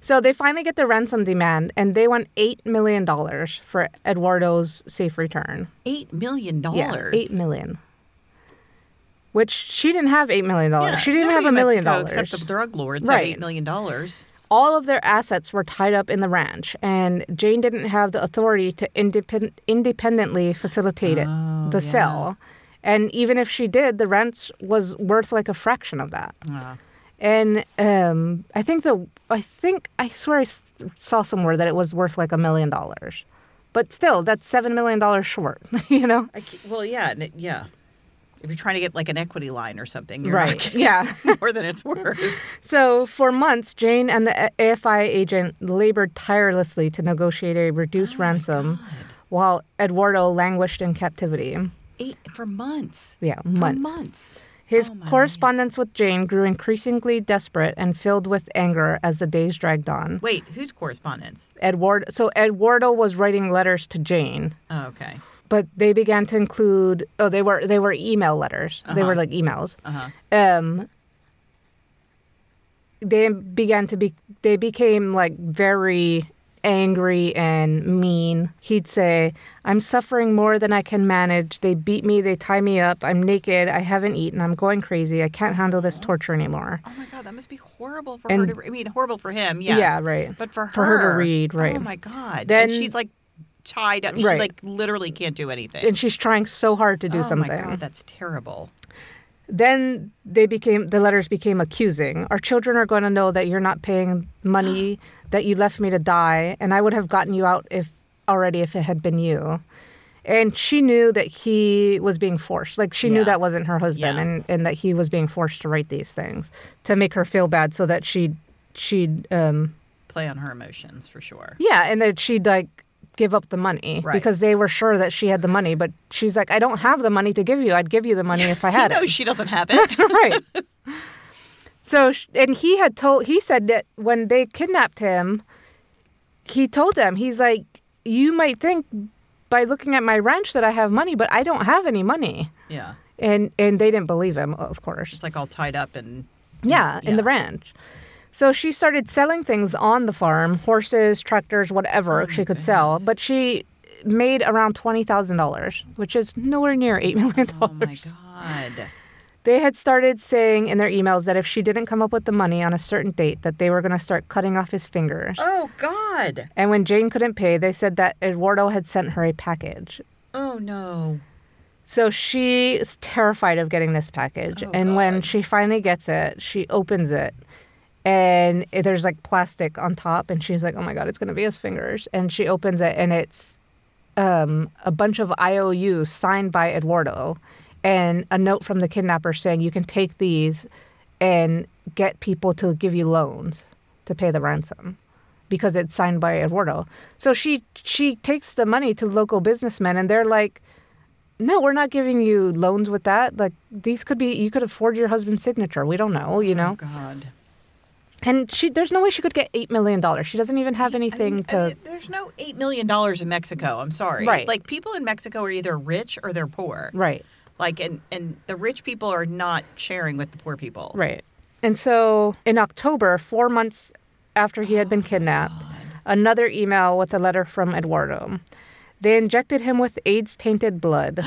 So they finally get the ransom demand, and they want eight million dollars for Eduardo's safe return.
Eight million
Yeah,
dollars.
eight million. Which she didn't have eight million dollars. she didn't have
nobody
a
in
million
Mexico
dollars.
Except the drug lords have
Right.
eight million dollars.
all of their assets were tied up in the ranch, and Jane didn't have the authority to independ- independently facilitate it,
Oh,
the sale. And even if she did, the ranch was worth like a fraction of that. And um, I think the I think I swear I s- saw somewhere that it was worth like a million dollars, but still, that's seven million dollars short. [laughs] You know,
I ca- well, yeah, and it- yeah. If you're trying to get like an equity line or something, you're
right?
not
yeah.
getting [laughs] more than it's worth.
So, for months, Jane and the AFI agent labored tirelessly to negotiate a
Oh
reduced ransom while Eduardo languished in captivity.
Eight for months.
Yeah,
for
months.
months.
His
Oh, my
correspondence with Jane grew increasingly desperate and filled with anger as the days dragged on.
Wait, whose correspondence?
Eduardo, so, Eduardo was writing letters to Jane.
Oh, okay.
but they began to include oh they were they were email letters they
Uh-huh.
were like emails um they began to be they became like very angry and mean he'd say i'm suffering more than i can manage they beat me they tie me up i'm naked i haven't eaten i'm going crazy i can't handle
Uh-huh.
this torture anymore
Oh my god, that must be horrible for
And-
her to. I mean, horrible for him. Yes.
Yeah, right.
But for her,
For her to read,
Oh
right.
my god.
Then-
and she's like tied up. She
Right.
like literally can't do anything.
and she's trying so hard to do
oh
something
my god, that's terrible.
then they became the letters became accusing our children are going to know that you're not paying money
[gasps]
that you left me to die and i would have gotten you out if already if it had been you and she knew that he was being forced like she
Yeah.
knew that wasn't her husband
Yeah.
and, and that he was being forced to write these things to make her feel bad so that she'd she'd um
Play on her emotions for sure.
yeah and that she'd like give up the money
Right.
because they were sure that she had the money but she's like i don't have the money to give you i'd give you the money
[laughs]
if i
He
had it
knows she doesn't have
[laughs]
it.
right. So sh- and he had told he said that when they kidnapped him, he told them he's like you might think by looking at my ranch that I have money, but I don't have any money.
yeah.
And and they didn't believe him, of course.
It's like all tied up and
Yeah, in the
Mm, Yeah.
ranch. So she started selling things on the farm, horses, tractors,
Oh
whatever she could sell, but she made around $20,000, which is nowhere near 8 [laughs] million dollars.
Oh my god.
They had started saying in their emails that if she didn't come up with the money on a certain date, that they were going to start cutting off his fingers.
Oh god.
And when Jane couldn't pay, they said that Eduardo had sent her a package.
Oh no.
So she is terrified of getting this package. and when she finally gets it, she opens it and it- there's like plastic on top. And she's like, oh my God, it's going to be his fingers. And she opens it and it's um, a bunch of IOUs signed by Eduardo and a note from the kidnapper saying, you can take these and get people to give you loans to pay the ransom because it's signed by Eduardo. So she she takes the money to local businessmen and they're like no, we're not giving you loans with that. Like these could be you could have forged your husband's signature. We don't know, you
Oh
know.
god.
And she there's no way she could get 8 million dollars. She doesn't even have anything
Mm-hmm. mean,
to
uh, there's no eight million dollars in Mexico. I'm sorry.
Right.
Like people in Mexico are either rich or they're poor.
Right.
Like and and the rich people are not sharing with the poor people.
Right. And so in October, 4 months after he had been kidnapped, another email with a letter from Eduardo. They injected him with AIDS tainted blood.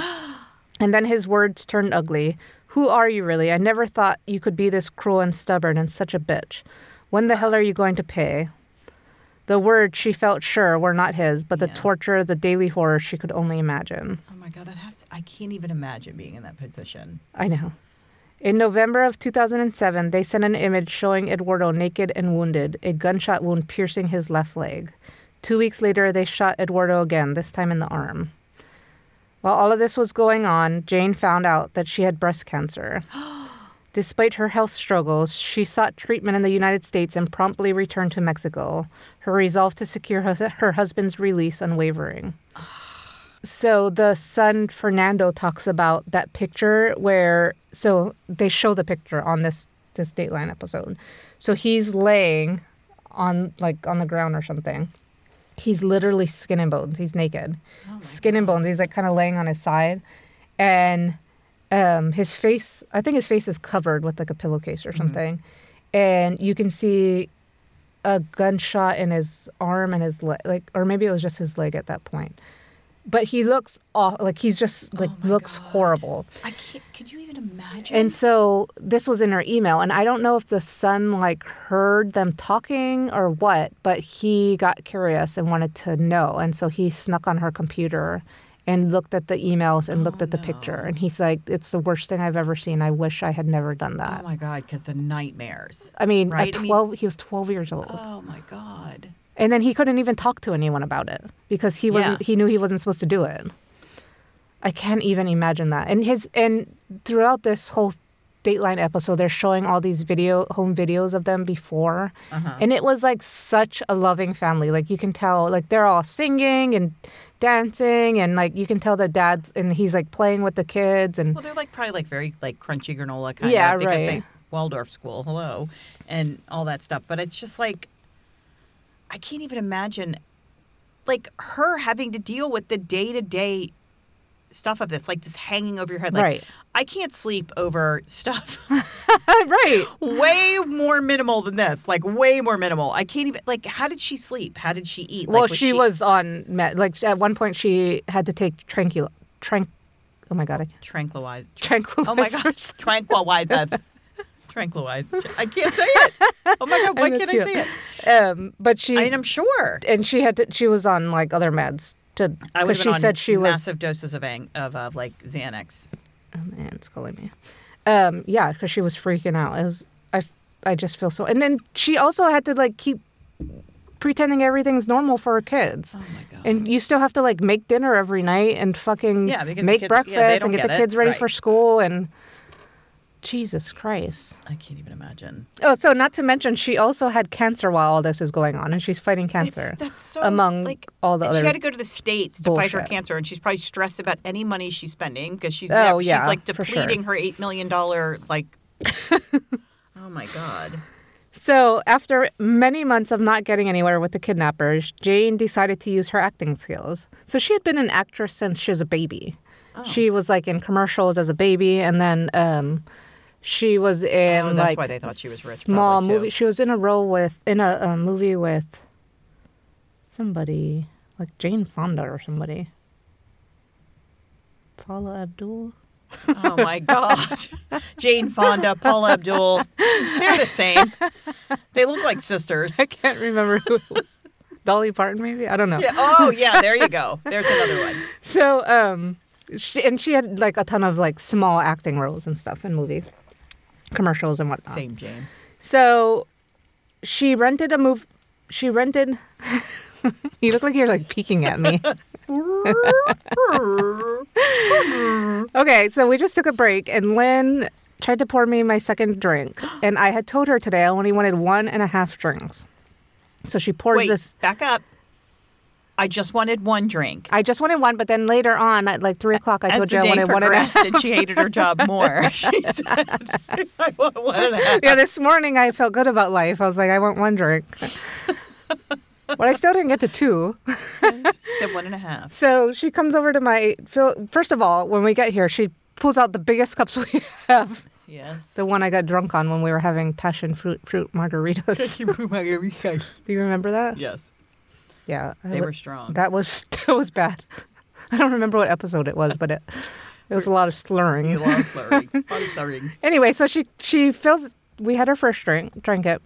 and then his words turned ugly. Who are you really? I never thought you could be this cruel and stubborn and such a bitch. When the hell are you going to pay? The words she felt sure were not his, but the
Yeah.
torture, the daily horror she could only imagine.
Oh my god, that has I can't even imagine being in that position.
I know. In November of 2007, they sent an image showing Eduardo naked and wounded, a gunshot wound piercing his left leg. Two weeks later, they shot Eduardo again, this time in the arm. While all of this was going on, Jane found out that she had breast cancer. Despite her health struggles, she sought treatment in the United States and promptly returned to Mexico, her resolve to secure her, her husband's release unwavering. So the son Fernando talks about that picture where so they show the picture on this this Dateline episode. So he's laying on like on the ground or something. He's literally skin and bones. He's naked,
Oh
skin and bones. He's like kind of laying on his side, and um, his face. I think his face is covered with like a pillowcase
Mm-hmm.
or something, and you can see a gunshot in his arm and his leg, like, or maybe it was just his leg at that point. But he looks off, like he's just like
Oh my
looks
God.
horrible.
I can't. Could you even imagine?
And so this was in her email, and I don't know if the son like heard them talking or what, but he got curious and wanted to know, and so he snuck on her computer and looked at the emails and looked at
Oh,
the picture, and he's like, "It's the worst thing I've ever seen. I wish I had never done
oh
that."
my god, because the nightmares.
I mean,
Right, I
at
mean-
twelve, he was twelve years old,
Oh my god.
and then he couldn't even talk to anyone about it because he wasn't.
Yeah.
He knew he wasn't supposed to do it. I can't even imagine that. And his and throughout this whole Dateline episode, they're showing all these video home videos of them before,
Uh-huh.
and it was like such a loving family. Like you can tell, like they're all singing and dancing, and like you can tell the dad's and he's like playing with the kids,
[laughs]
and
Well, they're like probably like very like crunchy granola kind
Yeah,
of because
right.
they Waldorf school, hello, and all that stuff. But it's just like I can't even imagine like her having to deal with the day to day stuff of this, like this hanging over your head. Like
Right.
I can't sleep over stuff
right.
way more minimal than this. Like way more minimal. I can't even like how did she sleep? How did she eat?
[laughs] Well,
like,
she, was on med. Like at one point, she had to take tranquil, tranq. Oh my god, I
tranquilized.
tranquilizers. [laughs]
Oh my gosh. Tranquilize that. Tranquilize. I can't say it. Oh my
[laughs]
God. Why can't
missed
I
you.
say it?
Um, but she
I mean, I'm sure.
and she had to, she was on like other meds to
I would have
because she
been on
said she was.
massive doses of ang- of uh, like Xanax.
Oh man, it's calling me. Um, yeah, because she was freaking out. It was I f- I just feel so. And then she also had to like keep pretending everything's normal for her kids.
Oh my God.
And you still have to like make dinner every night and fucking
Yeah, because the
make
kids- yeah, they
breakfast
don't
and get,
get
the
it.
kids ready
Right.
for school and Jesus Christ.
I can't even imagine.
Oh, so not to mention she also had cancer while all this is going on and she's fighting
It's-
cancer.
that's so
among
like
all the
and
other
She had to go to the states to fight her
bullshit.
cancer, and she's probably stressed about any money she's spending because she's
Oh,
never,
yeah,
she's like
for sure.
depleting her eight million dollar
[laughs]
like. oh my God.
So, after many months of not getting anywhere with the kidnappers, Jane decided to use her acting skills. So, she had been an actress since she was a baby.
Oh.
She was like in commercials as a baby, and then um, she was in
Oh, that's
like
why they thought she was rich,
Small
probably, too.
movie. She was in a role with in a, um movie with somebody like Jane Fonda or somebody. Paula Abdul.
[laughs] Oh my God.
[laughs]
Jane Fonda, Paula Abdul. They're the same. They look like
[laughs]
sisters.
I can't remember
[laughs]
who. Dolly Parton, maybe I don't know.
Yeah, Oh, yeah, there you go. There's another one.
[laughs] So, um, she, and she had like a ton of like small acting roles and stuff in movies, commercials and whatnot.
Same Jane.
So, she rented a move. She rented. [laughs] you look like you're like peeking at me. [laughs] okay, so we just took a break, and Lynn tried to pour me my second drink, and I had told her today I only wanted one and a half drinks. So she pours
Wait,
this.
back up. I just wanted one drink.
I just wanted one, but then later on at like three o'clock, I
As
told
the
you I
day
wanted one and a half.
progressed, and she hated her
[laughs]
job more. She said, "I want one and a half."
yeah, this morning I felt good about life. I was like, I want
[laughs]
one drink. but I still didn't get to two.
She said one and a half.
So she comes over to my. Phil- First of all, when we get here, she pulls out the biggest cups [laughs] we have.
Yes.
The one I got drunk on when we were having passion fruit fruit
[laughs]
margaritas. Do you remember that?
yes.
Yeah, I
They
wa-
were strong.
That was [laughs] that was bad. I don't remember what episode it was, but it it was a lot of
[laughs]
slurring.
You are
[laughs]
slurring. I'm slurring.
Anyway, so she she fills. We had our first drink, drank it.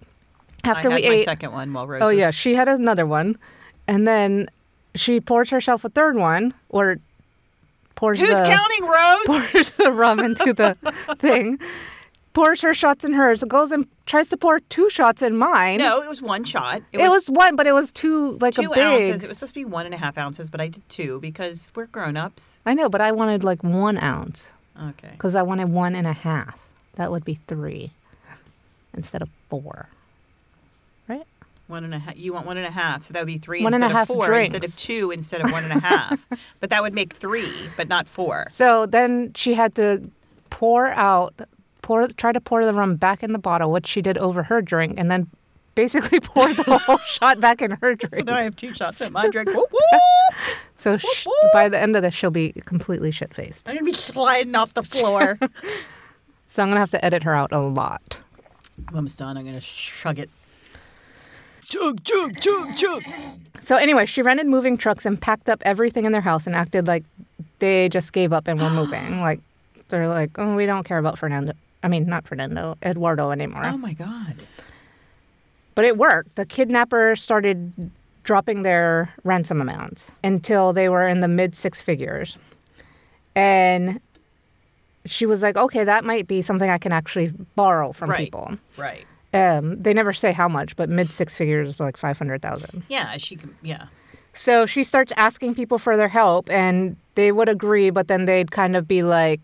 After
I had
we
my
ate,
second one while Rose
Oh
was
yeah, she had another one, and then she pours herself a third one, or pours
Who's
the
counting, Rose?
[laughs] pours the rum
[laughs]
into the thing, pours her shots in hers, goes and tries to pour two shots in mine.
No, it was one shot.
it, was, one, but it was two like
two
a big.
ounces. It was supposed to be one and a half ounces, but I did two because we're grown ups.
I know, but I wanted like one ounce
Okay.
because I wanted one and a half. That would be three instead of four, right?
One and a half. You want one and a half, so that would be three
One and
instead
a
of
half
four instead of
drinks.
two instead of one and a
[laughs]
half. but that would make three, but not four.
So then she had to pour out, pour, try to pour the rum back in the bottle, which she did over her drink, and then basically [laughs] poured
[laughs]
the whole shot back in her drink.
So now I have two shots at my drink. Whoop,
[laughs]
whoop.
So sh- by the end of this, she'll be completely shit faced.
I'm gonna be sliding off the
[laughs]
floor.
So I'm gonna have to edit her out a lot.
If I'm done. I'm gonna shrug it.
Chug, chug, chug, chug.
So anyway, she rented moving trucks and packed up everything in their house and acted like they just gave
[gasps]
up and were moving. Like they're like, oh, we don't care about Fernando. I mean, not Fernando, Eduardo anymore.
Oh my god.
But it worked. The kidnapper started dropping their ransom amounts until they were in the mid six figures. And she was like, okay, that might be something I can actually borrow from
Right.
people.
Right.
Um, they never say how much, but mid six figures is like 500,000.
Yeah. She can. Yeah.
So she starts asking people for their help, and they would agree, but then they'd kind of be like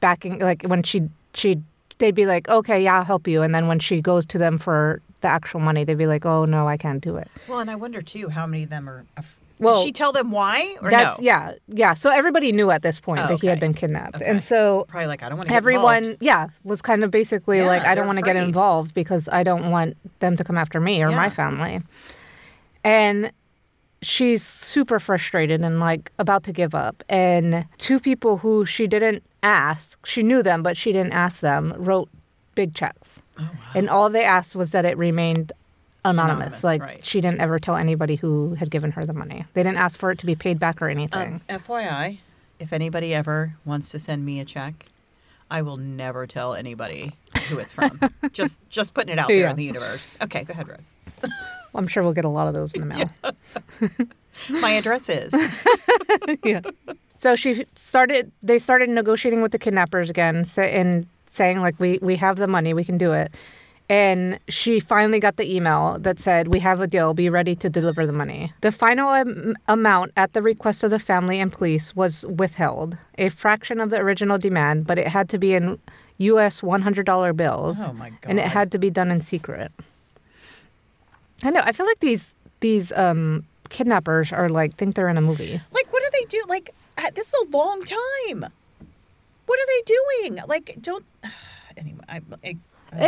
backing, like when she she they'd be like, okay, yeah, I'll help you, and then when she goes to them for the actual money, they'd be like, oh no, I can't do it.
Well, and I wonder too how many of them are. Af-
Well,
Did she tell them why or
That's
no?
yeah, yeah. So everybody knew at this point
Oh,
that he had
okay.
been kidnapped,
Okay.
and so
Probably like I don't want to.
everyone, yeah, was kind of basically
Yeah,
like, I
they're
don't want to get
afraid.
involved because I don't want them to come after me or
Yeah.
my family. And she's super frustrated and like about to give up. And two people who she didn't ask, she knew them, but she didn't ask them, wrote big checks.
Oh,
And all they asked was that it remained anonymous.
Anonymous,
like
right.
she didn't ever tell anybody who had given her the money. They didn't ask for it to be paid back or anything.
Um, FYI, if anybody ever wants to send me a check, I will never tell anybody who it's
[laughs]
from. just just putting it out there
Yeah.
in the universe. Okay, go ahead, Rose.
I'm sure we'll get a lot of those in the mail.
My address is
yeah. So she started. They started negotiating with the kidnappers again, sa- and saying like, "We we have the money. We can do it." And she finally got the email that said, "We have a deal. Be ready to deliver the money." The final am- amount, at the request of the family and police, was withheld, a fraction of the original demand, but it had to be in U.S. one hundred dollar bills.
Oh, my
And it
God.
had to be done in secret. I know. I feel like these these um, kidnappers are like think they're in a movie.
like what do they do? Like uh, this is a long time. What are they doing? Like don't [sighs] anyway. I, I, oh I-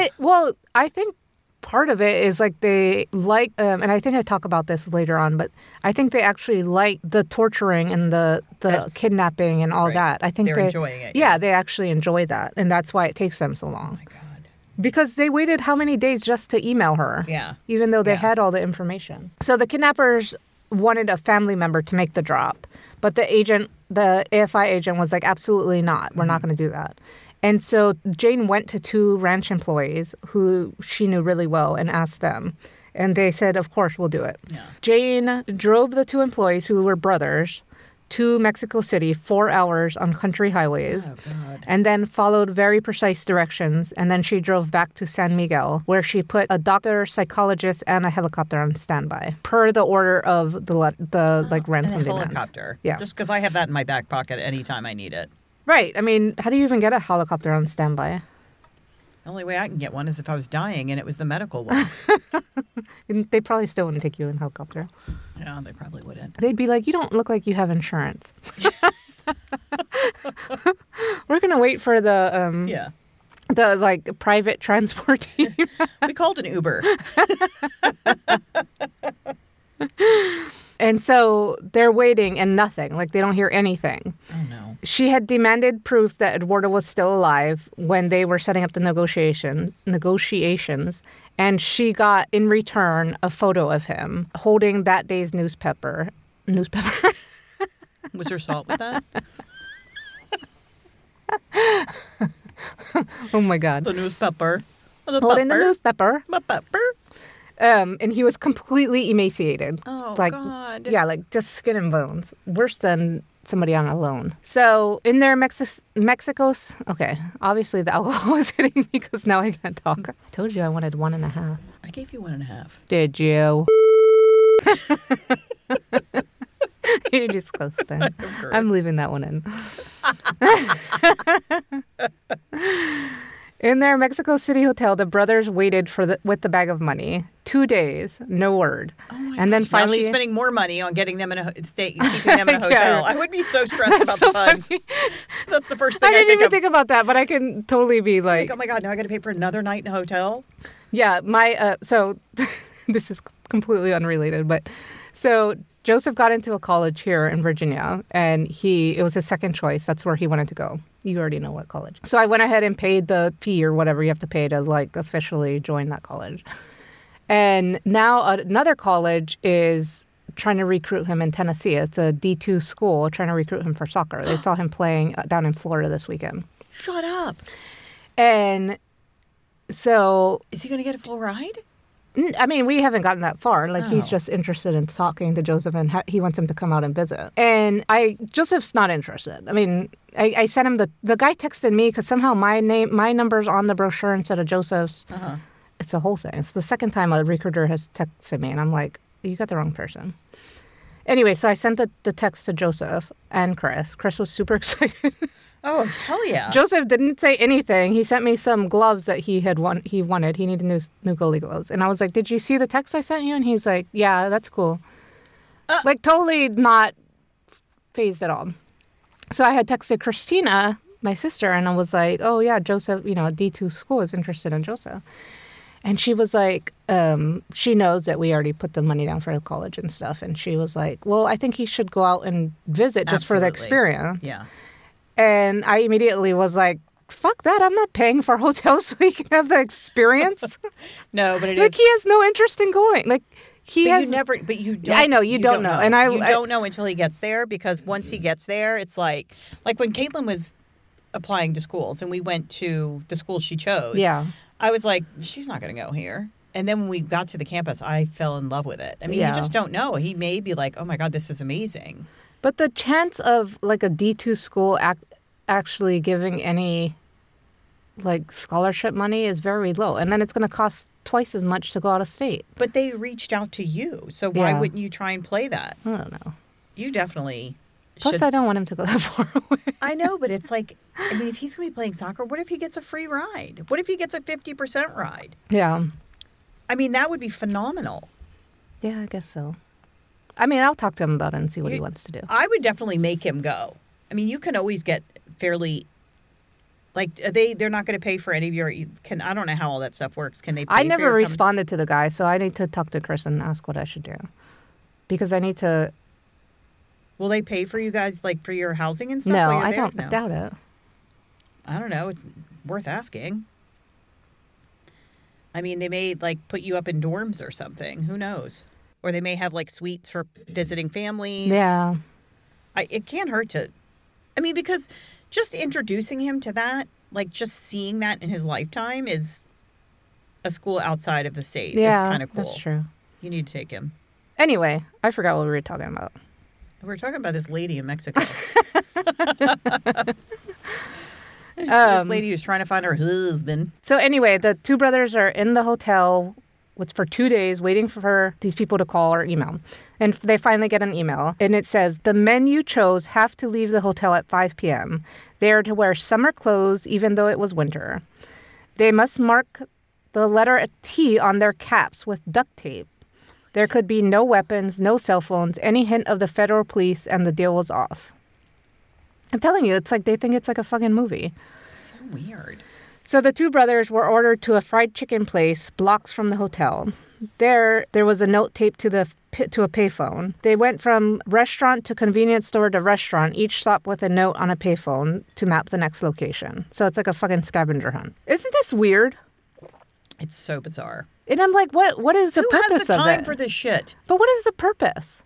It, well, I think part of it is like they like, um, and I think I talk about this later on, but I think they actually like the torturing and the the
That's-
kidnapping and all
Right.
that. I think
They're
they,
enjoying it,
Yeah,
yeah.
they actually enjoy that, and that's why it takes them so long
my God.
because they waited how many days just to email her?
Yeah.
even though they
Yeah.
had all the information. So the kidnappers wanted a family member to make the drop, but the agent, the AFI agent, was like, absolutely not. We're not
Mm-hmm.
going to do that. And so Jane went to two ranch employees who she knew really well and asked them. And they said, of course, we'll do it.
Yeah.
Jane drove the two employees who were brothers to Mexico City, four hours on country highways
Oh,
and then followed very precise directions. And then she drove back to San Miguel, where she put a doctor, psychologist, and a helicopter on standby, per the order of the le-
[gasps]
the like
And
ransom
a
demands.
helicopter.
Yeah,
Just because I have that in my back pocket anytime I need it.
right. I mean, how do you even get a helicopter on standby?
The only way I can get one is if I was dying and it was the medical
[laughs]
one.
And They probably still wouldn't take you in helicopter.
yeah, they probably wouldn't.
They'd be like, "You don't look like you have insurance." [laughs] We're gonna wait for the um,
Yeah.
the like private transport [laughs] team.
We called an Uber. Oh,
and so they're waiting and nothing. Like they don't hear anything.
Oh no.
She had demanded proof that Eduardo was still alive when they were setting up the negotiation negotiations, and she got in return a photo of him holding that day's newspaper. Newspaper. [laughs]
Was there salt with that?
oh my god.
The newspaper. The
Holding the
pepper.
newspaper.
The pepper.
Um, and he was completely emaciated.
Oh,
like,
God.
Yeah, like just skin and bones. Worse than somebody on a loan. So in their Mexis Mexico's okay. Obviously the alcohol [laughs] is hitting me because now I can't talk. I told you I wanted one and a half.
I gave you one and a half.
Did you? [laughs]
[laughs]
You're disgusting. I'm leaving that one in. [laughs] In their Mexico City hotel, the brothers waited for the, with the bag of money. Two days, no word.
Oh my
and then
gosh, now
finally,
she's spending more money on getting them in a ho-
[laughs]
stay, keeping them in a hotel.
Yeah.
I would be so stressed about
[laughs]
the funds. [laughs] That's the first thing
I
I,
didn't
think
even
of.
think about that, but I can totally be like,
Like, oh my god, now I got to pay for another night in a hotel.
Yeah, my uh, so [laughs] this is completely unrelated, but so Joseph got into a college here in Virginia, and he it was his second choice. That's where he wanted to go. You already know what college. So I went ahead and paid the fee or whatever you have to pay to like officially join that college. And now another college is trying to recruit him in Tennessee. It's a D2 school trying to recruit him for soccer. They saw him playing uh, down in Florida this weekend.
Shut up.
And so
Is he going to get a full ride?
N- I mean, we haven't gotten that far. Like, he's just interested in talking to Joseph and ha- he wants him to come out and visit. And I, Joseph's not interested. I mean, I, I sent him the, the guy texted me because somehow my name, my number's on the brochure instead of Joseph's. It's a whole thing. It's the second time a recruiter has texted me and I'm like, you got the wrong person. Anyway, so I sent the, the text to Joseph and Chris. Chris was super [laughs] excited.
Oh hell yeah!
Joseph didn't say anything. He sent me some gloves that he had want- he wanted. He needed new new goalie gloves, and I was like, "Did you see the text I sent you?" And he's like, "Yeah, that's cool."
Uh.
like totally not phased at all. So I had texted Christina, my sister, and I was like, "Oh yeah, Joseph, you know, D two school is interested in Joseph," and she was like, um, "She knows that we already put the money down for college and stuff," and she was like, "Well, I think he should go out and visit just for the
Absolutely.
experience."
yeah.
And I immediately was like, fuck that. I'm not paying for [laughs] hotels so he can have
[laughs]
the experience.
No, but it
like,
is-
he has no interest in going. Like, he
but
has.
you never. But you don't.
I know, you don't know. And I-
you
I-
don't know until he gets there because once he gets there, it's like like when Caitlin was applying to schools and we went to the school she chose.
Yeah.
I was like, she's not going to go here. And then when we got to the campus, I fell in love with it. I mean,
Yeah.
you just don't know. He may be like, oh my god, this is amazing.
But the chance of like a D2 school ac- actually giving any like scholarship money is very low. And then it's going to cost twice as much to go out of state.
But they reached out to you, so why
Yeah.
wouldn't you try and play that?
I don't know.
You definitely.
Plus,
should
I don't want him to go [laughs] that far away.
I know, but it's like, I mean, if he's going to be playing soccer, what if he gets a free ride? What if he gets a 50% ride?
Yeah.
I mean, that would be phenomenal.
Yeah, I guess so. I mean, I'll talk to him about it and see what he
You-
wants to do.
I would definitely make him go. I mean, you can always get fairly like uh, they they're not going to pay for any of your you can I don't know how all that stuff works. Can they pay
I
for
never
your accom-
responded to the guy, so I need to talk to Chris and ask what I should do. Because I need to.
Will they pay for you guys like for your housing and stuff?
No,
while you're
I
there?
don't
No.
doubt it.
I don't know. It's worth asking. I mean, they may like put you up in dorms or something. Who knows? Or they may have like suites for visiting families.
Yeah.
I, it can't hurt to. I mean, because just introducing him to that, like just seeing that in his lifetime, is a school outside of the state. is
Yeah.
kind of cool.
That's true.
You need to take him.
Anyway, I forgot what we were talking about.
We We're talking about this lady in
[laughs]
Mexico. [laughs] this
Um,
lady who's trying to find her husband.
So, anyway, the two brothers are in the hotel with, for two days waiting for these people to call or email. And they finally get an email. And it says The men you chose have to leave the hotel at 5 p.m. They are to wear summer clothes, even though it was winter. They must mark the letter T on their caps with duct tape. There could be no weapons, no cell phones, any hint of the federal police, and the deal was off. I'm telling you, it's like they think it's like a fucking movie.
So weird.
So the two brothers were ordered to a fried chicken place blocks from the hotel. There, there was a note taped to the p- to a payphone. They went from restaurant to convenience store to restaurant, each stop with a note on a payphone to map the next location. So it's like a fucking scavenger hunt. Isn't this weird?
It's so bizarre.
And I'm like, what? What is the
Who
purpose
has the
of
time
it?
for this shit?
But what is the purpose?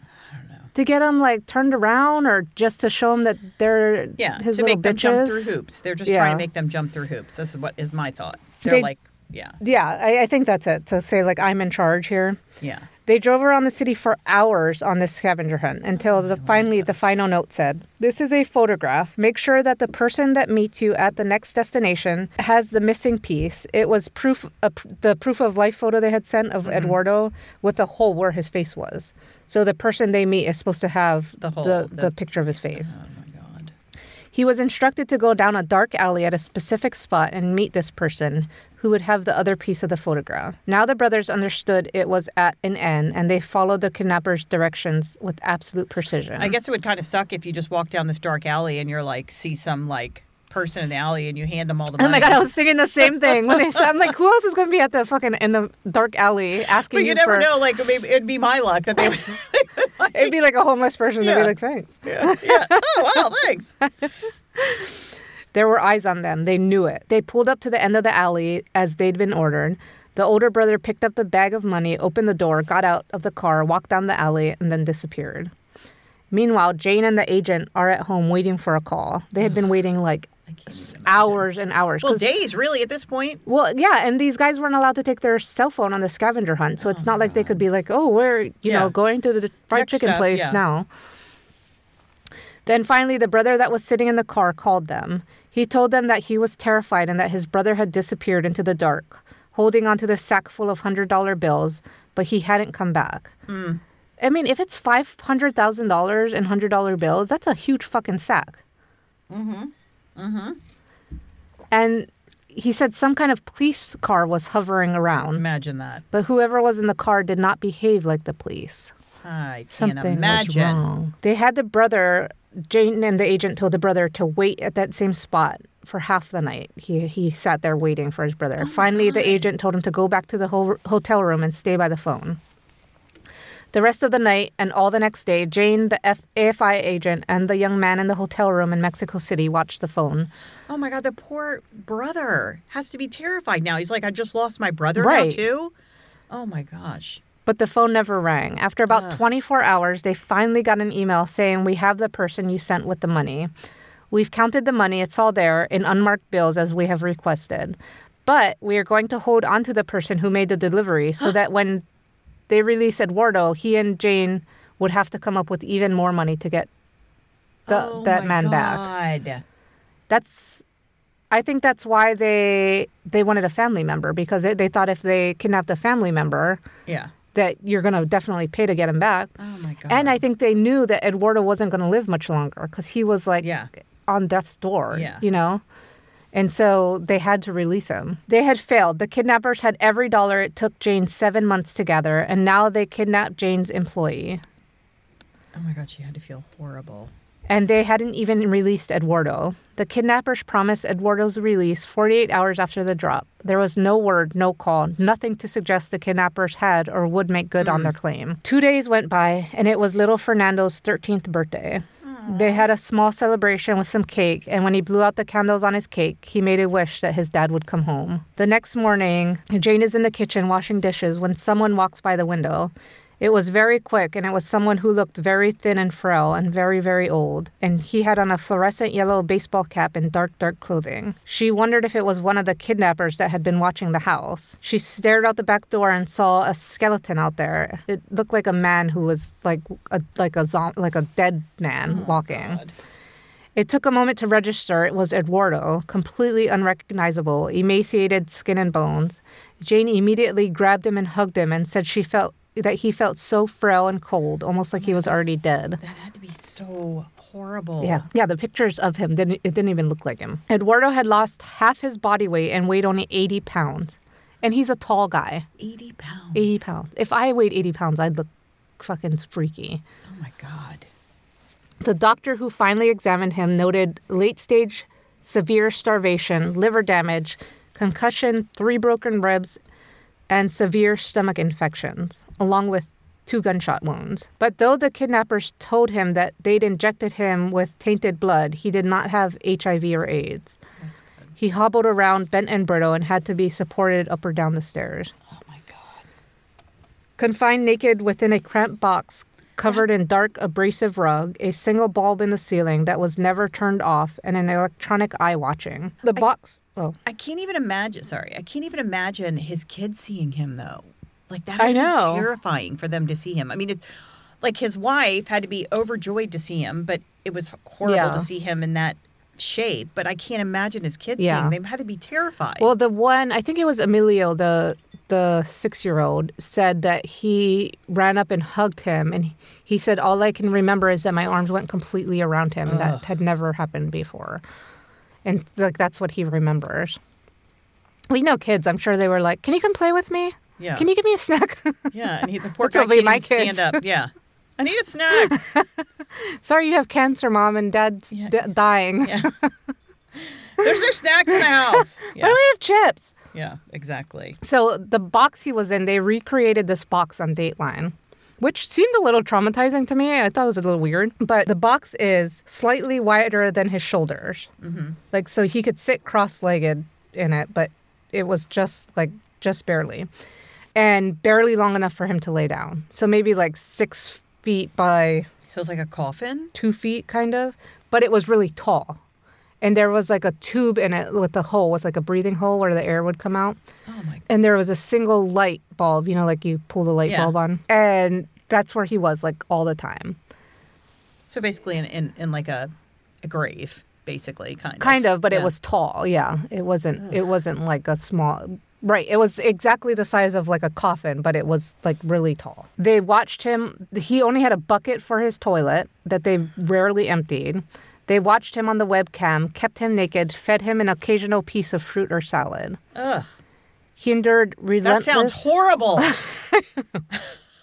I don't know. To get them like turned around, or just to show them that they're
Yeah,
his
to
little
make
bitches.
them jump through hoops. They're just trying
Yeah.
to make them jump through hoops. This is what is my thought. They're
They-
like, yeah,
Yeah, I, I think that's it. To say like I'm in charge here.
yeah.
They drove around the city for hours on this scavenger hunt until the, finally the final note said, This is a photograph. Make sure that the person that meets you at the next destination has the missing piece. It was proof a, pr- the proof of life photo they had sent of
Mm-hmm.
Eduardo with a hole where his face was. So the person they meet is supposed to have
The hole,
the,
the-
the picture of his face.
Oh my god.
He was instructed to go down a dark alley at a specific spot and meet this person who would have the other piece of the photograph. Now the brothers understood it was at an inn and they followed the kidnapper's directions with absolute precision.
I guess it would kind of suck if you just walk down this dark alley and you're like, see some like person in the alley and you hand them all the money.
Oh my god! I was thinking the same thing [laughs] when they said, "I'm like, who else is going to be at the fucking in the dark [laughs] alley asking
But you,
you
never
for?"
know. Like maybe it'd be my luck that they
[laughs]
would. [laughs]
It'd be like a homeless person. They'd
Yeah.
be like, "Thanks."
yeah, yeah. Oh wow,
[laughs]
thanks.
There were eyes on them. They knew it. They pulled up to the end of the alley as they'd been ordered. The older brother picked up the bag of money, opened the door, got out of the car, walked down the alley, and then disappeared. Meanwhile, Jane and the agent are at home waiting for a call. They had been waiting like s- hours and hours.
Well,
'cause-
days really at this point.
Well, yeah, and these guys weren't allowed to take their cell phone on the scavenger hunt, so it's not like they could be like, "Oh, we're you
Yeah.
know going to the fried
Next
chicken
stop,
place
yeah.
now." Then finally, the brother that was sitting in the car called them. He told them that he was terrified and that his brother had disappeared into the dark, holding onto the sack full of hundred dollar bills, but he hadn't come back. I mean, if it's five hundred thousand dollars in hundred dollar bills, that's a huge fucking sack. And he said some kind of police car was hovering around.
Imagine that.
But whoever was in the car did not behave like the police.
I
Something
can't imagine.
was wrong. They had the brother, Jane and the agent told the brother to wait at that same spot for half the night. He, he sat there waiting for his brother. Finally, the agent told him to go back to the ho- hotel room and stay by the phone. The rest of the night and all the next day, Jane, the F- AFI agent, and the young man in the hotel room in Mexico City watched the phone.
Oh my god, the poor brother has to be terrified now. He's like, I just lost my brother
Right.
now too. Oh my gosh.
But the phone never rang. After about 24 hours, they finally got an email saying, We have the person you sent with the money. We've counted the money, it's all there in unmarked bills as we have requested. But we are going to hold on to the person who made the delivery so that when they release Eduardo, he and Jane would have to come up with even more money to get the,
oh
that
my
man back.
god. back.
That's. I think that's why they they wanted a family member because they, they thought if they kidnapped a family member,
Yeah.
that you're going to definitely pay to get him back.
Oh my god.
And I think they knew that Eduardo wasn't going to live much longer because he was like
Yeah.
on death's door,
Yeah.
you know? And so they had to release him. They had failed. The kidnappers had every dollar it took Jane seven months to gather, and now they kidnapped Jane's employee.
Oh my god, she had to feel horrible.
And they hadn't even released Eduardo. The kidnappers promised Eduardo's release 48 hours after the drop. There was no word, no call, nothing to suggest the kidnappers had or would make good on their claim. Two days went by, and it was little Fernando's 13th birthday. They had a small celebration with some cake, and when he blew out the candles on his cake, he made a wish that his dad would come home. The next morning, Jane is in the kitchen washing dishes when someone walks by the window. It was very quick, and it was someone who looked very thin and frail and very, very old. And he had on a fluorescent yellow baseball cap and dark, dark clothing. She wondered if it was one of the kidnappers that had been watching the house. She stared out the back door and saw a skeleton out there. It looked like a man who was like a like a zom- like a dead man walking. It took a moment to register it was Eduardo, completely unrecognizable, emaciated skin and bones. Jane immediately grabbed him and hugged him and said she felt that he felt so frail and cold, almost like he was already dead.
That had to be so horrible.
Yeah, yeah. The pictures of him didn't it didn't even look like him. Eduardo had lost half his body weight and weighed only 80 pounds, and he's a tall guy,
80 pounds.
80 pounds. If I weighed 80 pounds, I'd look fucking freaky.
Oh my god.
The doctor who finally examined him noted late stage severe starvation, liver damage, concussion, three broken ribs, and severe stomach infections, along with two gunshot wounds. But though the kidnappers told him that they'd injected him with tainted blood, he did not have HIV or AIDS.
That's good.
He hobbled around bent and brittle and had to be supported up or down the stairs.
Oh my god.
Confined naked within a cramped box covered in dark abrasive rug, a single bulb in the ceiling that was never turned off, and an electronic eye watching. The box. Oh,
I can't even imagine. Sorry. I can't even imagine his kids seeing him though. Like that
I
would
know.
be terrifying for them to see him. I mean, it's like his wife had to be overjoyed to see him, but it was horrible
Yeah.
to see him in that shape, but I can't imagine his kids
Yeah.
seeing. They had to be terrified.
well, the one I think it was Emilio, the the six year old, said that he ran up and hugged him. And he- he said, All I can remember is that my arms went completely around him. And that had never happened before. And like that's what he remembers. We know kids, I'm sure they were like, Can you come play with me?
Yeah.
Can you give me a snack? [laughs]
Yeah, and he, the poor
That's what
guy can't
made my
even stand
kids.
up.
[laughs]
Yeah, I need a snack.
Sorry, you have cancer, mom, and dad's
Yeah.
d- dying.
Yeah. There's no snacks in the
[laughs]
house.
Why
Yeah,
do we have chips?
yeah, exactly.
So the box he was in, they recreated this box on Dateline, which seemed a little traumatizing to me. I thought it was a little weird. But the box is slightly wider than his shoulders. Mm-hmm. Like, so he could sit cross legged in it, but it was just like, just barely. And barely long enough for him to lay down. So maybe like six feet by
So it's like a coffin.
two feet kind of, but it was really tall. And there was like a tube in it with a hole, with like a breathing hole where the air would come out.
Oh my.
And there was a single light bulb, you know, like you pull the light
Yeah.
bulb on. And that's where he was like all the time.
So basically, in in, in like a, a grave, basically, kind of.
Kind of, but
Yeah.
it was tall. Yeah. It wasn't it wasn't like a small Right, it was exactly the size of like a coffin, but it was like really tall. They watched him. He only had a bucket for his toilet that they rarely emptied. They watched him on the webcam, kept him naked, fed him an occasional piece of fruit or salad.
Ugh,
Hindered
that
relentless.
sounds
[laughs]
horrible. Can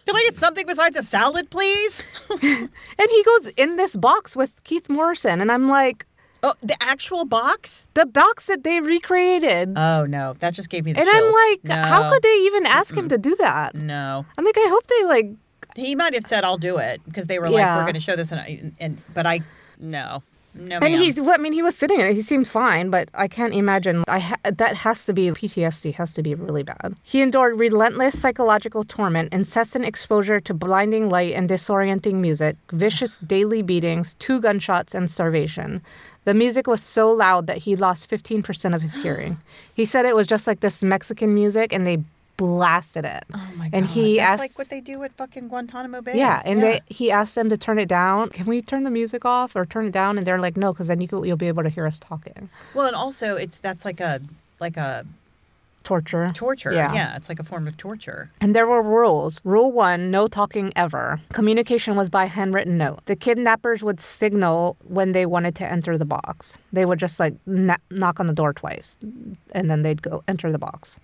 I get something besides a salad, please?
and he goes in this box with Keith Morrison, and I'm like,
Oh, the actual box?
the box that they recreated.
Oh no, that just gave me the
and
chills.
I'm like,
no,
how could they even ask him to do that?
No,
I'm like, I hope they like.
he might have said, "I'll do it," because they were like,
Yeah.
"We're going to show this," and, I, and but I no, no,
And
ma'am.
he, well, I mean, he was sitting there. He seemed fine, but I can't imagine. I ha- that has to be PTSD. Has to be really bad. He endured relentless psychological torment, incessant exposure to blinding light and disorienting music, vicious daily beatings, two gunshots, and starvation. The music was so loud that he lost 15% of his
[gasps]
hearing. He said it was just like this Mexican music, and they blasted it.
Oh my
And
God,
he
that's
asked,
like what they do at fucking Guantanamo Bay.
yeah, and They, he asked them to turn it down. Can we turn the music off or turn it down? And they're like, no, because then you can, you'll be able to hear us talking.
well, and also it's that's like a like a
Torture.
torture.
Yeah.
it's like a form of torture.
And there were rules. Rule one no talking ever. Communication was by handwritten note. The kidnappers would signal when they wanted to enter the box. They would just like kn- knock on the door twice and then they'd go enter the box.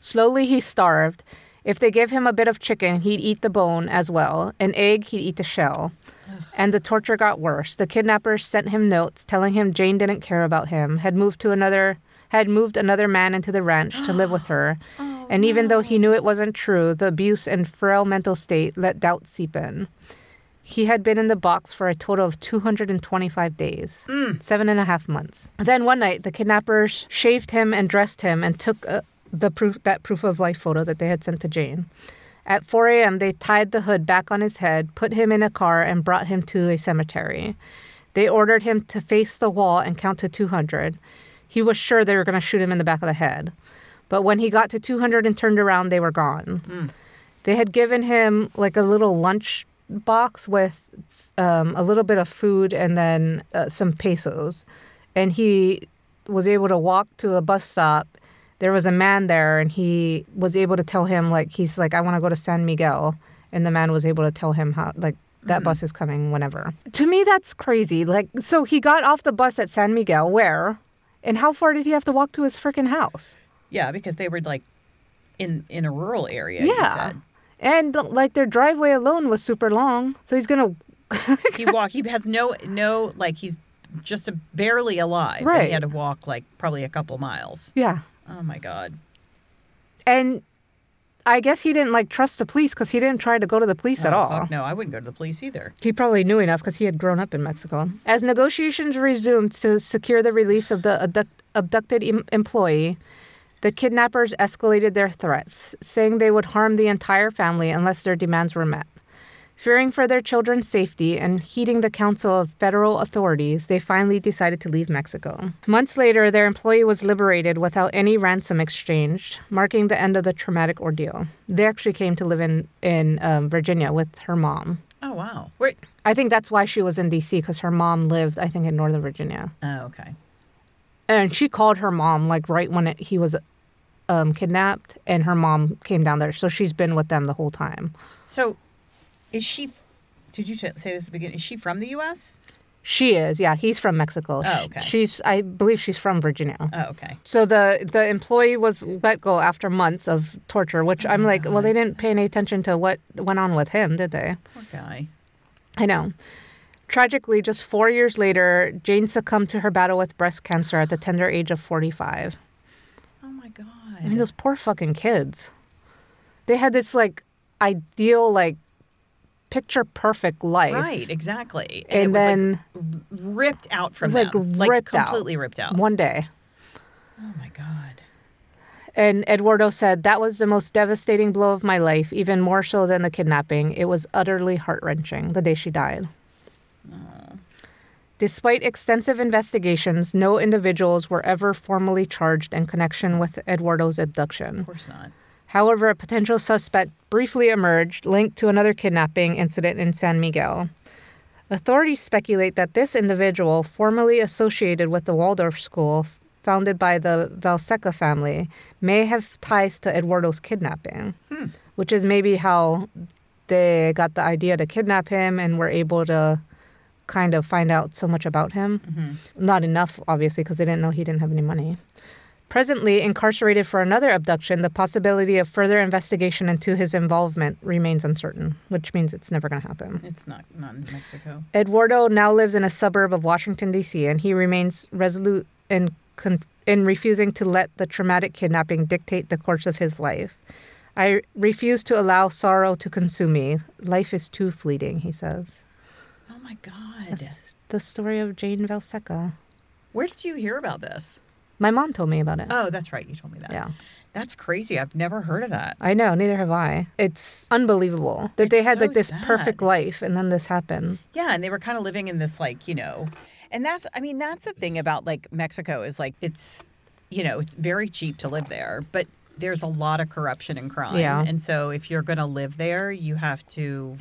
Slowly he starved. If they gave him a bit of chicken, he'd eat the bone as well. An egg, he'd eat the shell. And the torture got worse. The kidnappers sent him notes telling him Jane didn't care about him, had moved to another had moved another man into the ranch to live with her. and even though he knew it wasn't true, the abuse and frail mental state let doubt seep in. He had been in the box for a total of 225 days, seven and a half months. Then one night, the kidnappers shaved him and dressed him and took uh, the proof that proof of life photo that they had sent to Jane. At 4 a.m., they tied the hood back on his head, put him in a car, and brought him to a cemetery. They ordered him to face the wall and count to 200. He was sure they were going to shoot him in the back of the head. But when he got to 200 and turned around, they were gone they had given him like a little lunch box with um, a little bit of food and then uh, some pesos and he was able to walk to a bus stop there was a man there and he was able to tell him like he's like i want to go to san miguel and the man was able to tell him how like that bus is coming whenever to me that's crazy like so he got off the bus at san miguel where and how far did he have to walk to his freaking house
Yeah, because they were like in in a rural area. you said.
and like their driveway alone was super long, so he's gonna.
he walk. He has no no like he's just barely alive. and he
Right.
had to walk like probably a couple miles.
Yeah,
Oh my god.
and I guess he didn't like trust the police because he didn't try to go to the police at
Oh,
all.
fuck, no, I wouldn't go to the police either.
He probably knew enough because he had grown up in Mexico. As negotiations resumed to secure the release of the abduct- abducted em- employee, the kidnappers escalated their threats, saying they would harm the entire family unless their demands were met. Fearing for their children's safety and heeding the counsel of federal authorities, they finally decided to leave Mexico. Months later, their employee was liberated without any ransom exchanged, marking the end of the traumatic ordeal. They actually came to live in, in um, Virginia with her mom.
Oh wow. Where?
I think that's why she was in DC because her mom lived, I think, in Northern Virginia,
Oh okay.
and she called her mom like right when it, he was um, kidnapped, and her mom came down there, so she's been with them the whole time.
So, is she? Did you t- say this at the beginning? Is she from the U.S.?
She is, yeah. He's from Mexico.
Oh, okay.
She's, I believe, she's from Virginia.
Oh, okay.
So the the employee was let go after months of torture, which I'm like, well, they didn't pay any attention to what went on with him, did they?
Poor guy.
I know. Tragically, just four years later, Jane succumbed to her battle with breast cancer at the tender age of 45.
Oh my god.
I mean, those poor fucking kids. They had this like ideal, like picture perfect life.
right. Exactly.
And,
it was
then,
like ripped out from
like,
them. like
ripped out.
completely ripped out.
one day,
Oh my god.
And Eduardo said, That was the most devastating blow of my life, even more so than the kidnapping. It was utterly heart wrenching the day she died. Despite extensive investigations, no individuals were ever formally charged in connection with Eduardo's abduction.
Of course not.
However, a potential suspect briefly emerged linked to another kidnapping incident in San Miguel. Authorities speculate that this individual, formerly associated with the Waldorf School, f- founded by the Valseca family, may have ties to Eduardo's kidnapping, which is maybe how they got the idea to kidnap him and were able to kind of find out so much about him. Not enough, obviously, because they didn't know he didn't have any money. Presently incarcerated for another abduction, the possibility of further investigation into his involvement remains uncertain, which means it's never going to happen.
It's not not in Mexico.
Eduardo now lives in a suburb of Washington, D.C., and he remains resolute in, con- in refusing to let the traumatic kidnapping dictate the course of his life. I refuse to allow sorrow to consume me. Life is too fleeting, he says.
Oh my god.
That's the story of Jane Valseca.
Where did you hear about this?
My mom told me about it.
Oh, that's right. You told me that.
Yeah.
That's crazy. I've never heard of that.
I know, neither have I. It's unbelievable that they
It's
had
so
like this
sad.
perfect life and then this happened.
Yeah, and they were kind of living in this like, you know, and that's I mean, that's the thing about like Mexico is like it's you know, it's very cheap to live there, but there's a lot of corruption and crime.
Yeah.
And so if you're going to live there, you have to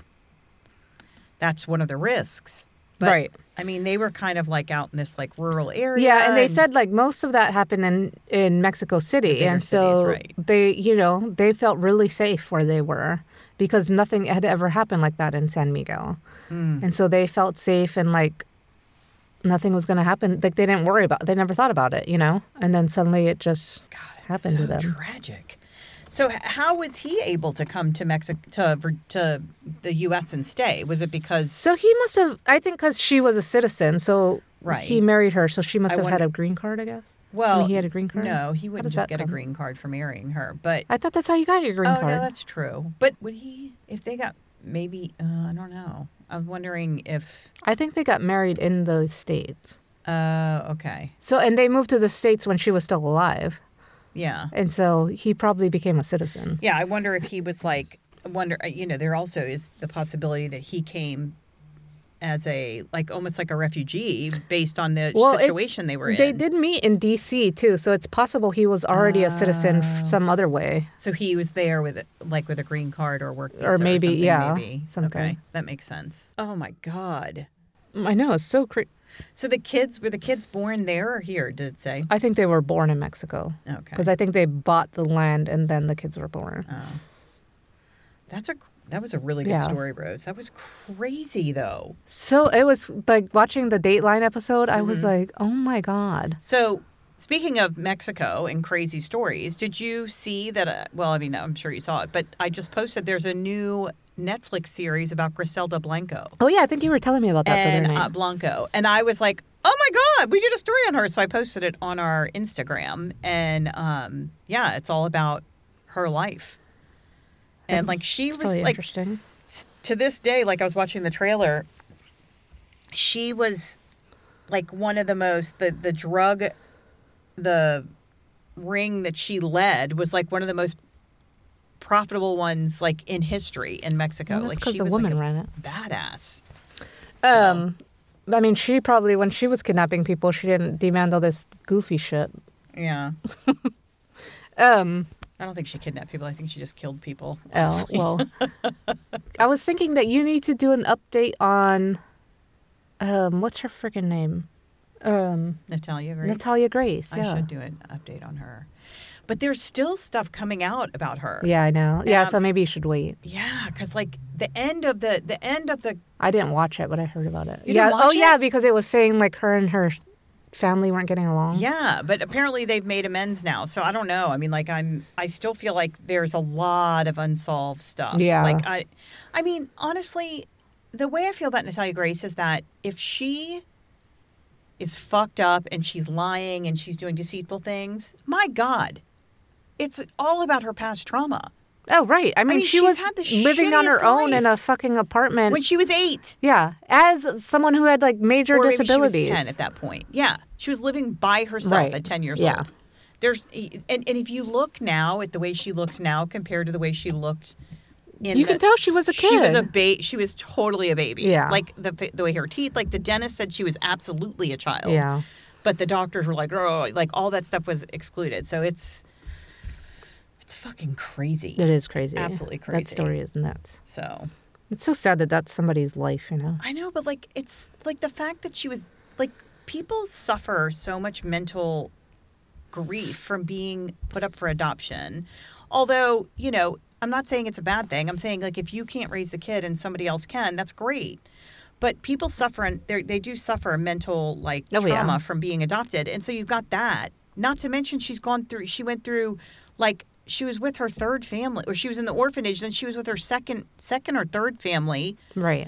that's one of the risks. But
Right.
I mean, they were kind of like out in this like rural area.
Yeah, and they said like most of that happened in in Mexico City,
bigger
and so
cities, right.
they, you know, they felt really safe where they were because nothing had ever happened like that in San Miguel,
Mm.
and so they felt safe and like nothing was going to happen. Like they didn't worry about, they never thought about it, you know. And then suddenly it just
That's
happened to
so
them.
Tragic. So h- how was he able to come to Mexico to Vir- to the U.S. and stay? Was it because
So he must have, I think, because she was a citizen, so
Right.
he married her, so she must
I
have had
wonder-
a green card, I guess.
well
he had a green card?
No, he
How
wouldn't
does
just
that
get a
come?
green card for marrying her. But
I thought that's how you got your green
oh
card.
no, that's true. But would he if they got maybe uh, I don't know. I'm wondering if
I think they got married in the states.
uh okay
So, and they moved to the States when she was still alive.
yeah
And so he probably became a citizen.
yeah I wonder if he was like I wonder uh, you know there also is the possibility that he came as a like almost like a refugee based on the
it's-
situation they were in.
They did meet in D.C. too, so it's possible he was already a citizen
Ah.
f- some other way.
So he was there with like with a green card or work visa
Or maybe,
something,
yeah,
maybe.
something.
Okay, that makes sense. Oh my god!
Mm, I know, it's so crazy.
So the kids were the kids born there or here? Did it say?
I think they were born in Mexico.
Okay.
Because I think they bought the land and then the kids were born.
Oh. That's a that was a really good
Yeah.
story, Rose. That was crazy though.
So it was like watching the Dateline episode, I was
Mm-hmm.
like, oh my God.
So speaking of Mexico and crazy stories, did you see that? Uh, well, I mean, I'm sure you saw it, but I just posted. There's a new Netflix series about Griselda Blanco.
Oh, yeah, I think you were telling me about that
and
the other
uh,
night.
Blanco. And I was like, oh my God, we did a story on her. So I posted it on our Instagram. And um, yeah, it's all about her life. And like she
it's
was
really
like,
interesting.
s- to this day, like I was watching the trailer, she was like one of the most, the, the drug, the ring that she led was like one of the most profitable ones like in history in Mexico.
Well, that's
like
'cause
she
the
was
woman
like
ran
a
it.
badass.
Um, I mean, she probably when she was kidnapping people, she didn't demand all this goofy shit.
Yeah.
[laughs] Um,
I don't think she kidnapped people. I think she just killed people. [laughs]
oh
honestly.
well, I was thinking that you need to do an update on, um, what's her freaking name, um,
Natalia Grace.
Natalia Grace.
I
yeah.
should do an update on her. But there's still stuff coming out about her.
Yeah, I know. Yeah,
Um,
so maybe you should wait.
Yeah, because like the end of the the end of the
I didn't watch it, but I heard about it.
You
yeah.
didn't
oh
watch
yeah,
it?
because it was saying like her and her family weren't getting along.
yeah, but apparently they've made amends now. So I don't know. I mean, like I'm I still feel like there's a lot of unsolved stuff.
Yeah.
Like I, I mean, honestly, the way I feel about Natalia Grace is that if she is fucked up and she's lying and she's doing deceitful things, my God, it's all about her past trauma.
Oh right. I mean,
mean,
she
she's
was
had the
living on her
shittiest
own in
life.
a fucking apartment.
When she was eight.
yeah, as someone who had like major
or
disabilities.
Maybe she was 10 at that point. Yeah. She was living by herself
Right.
at 10 years
Yeah.
old. There's and, and if you look now at the way she looks now compared to the way she looked in
You
the-
can tell she was a
She was a
kid.
ba- she was totally a baby.
Yeah.
Like the fa- the way her teeth like the dentist said she was absolutely a child.
Yeah.
But the doctors were like, "Oh, like all that stuff was excluded." So it's it's fucking crazy.
It is crazy.
absolutely
That
crazy.
story is nuts.
So
It's so sad that that's somebody's life, you know.
I know, but like it's like the fact that she was like people suffer so much mental grief from being put up for adoption. Although, you know, I'm not saying it's a bad thing. I'm saying like if you can't raise the kid and somebody else can, that's great. But people suffer and they're- they do suffer mental like
Oh,
trauma
yeah.
from being adopted. And so you've got that. Not to mention she's gone through she went through like she was with her third family or she was in the orphanage then she was with her second second or third family
Right.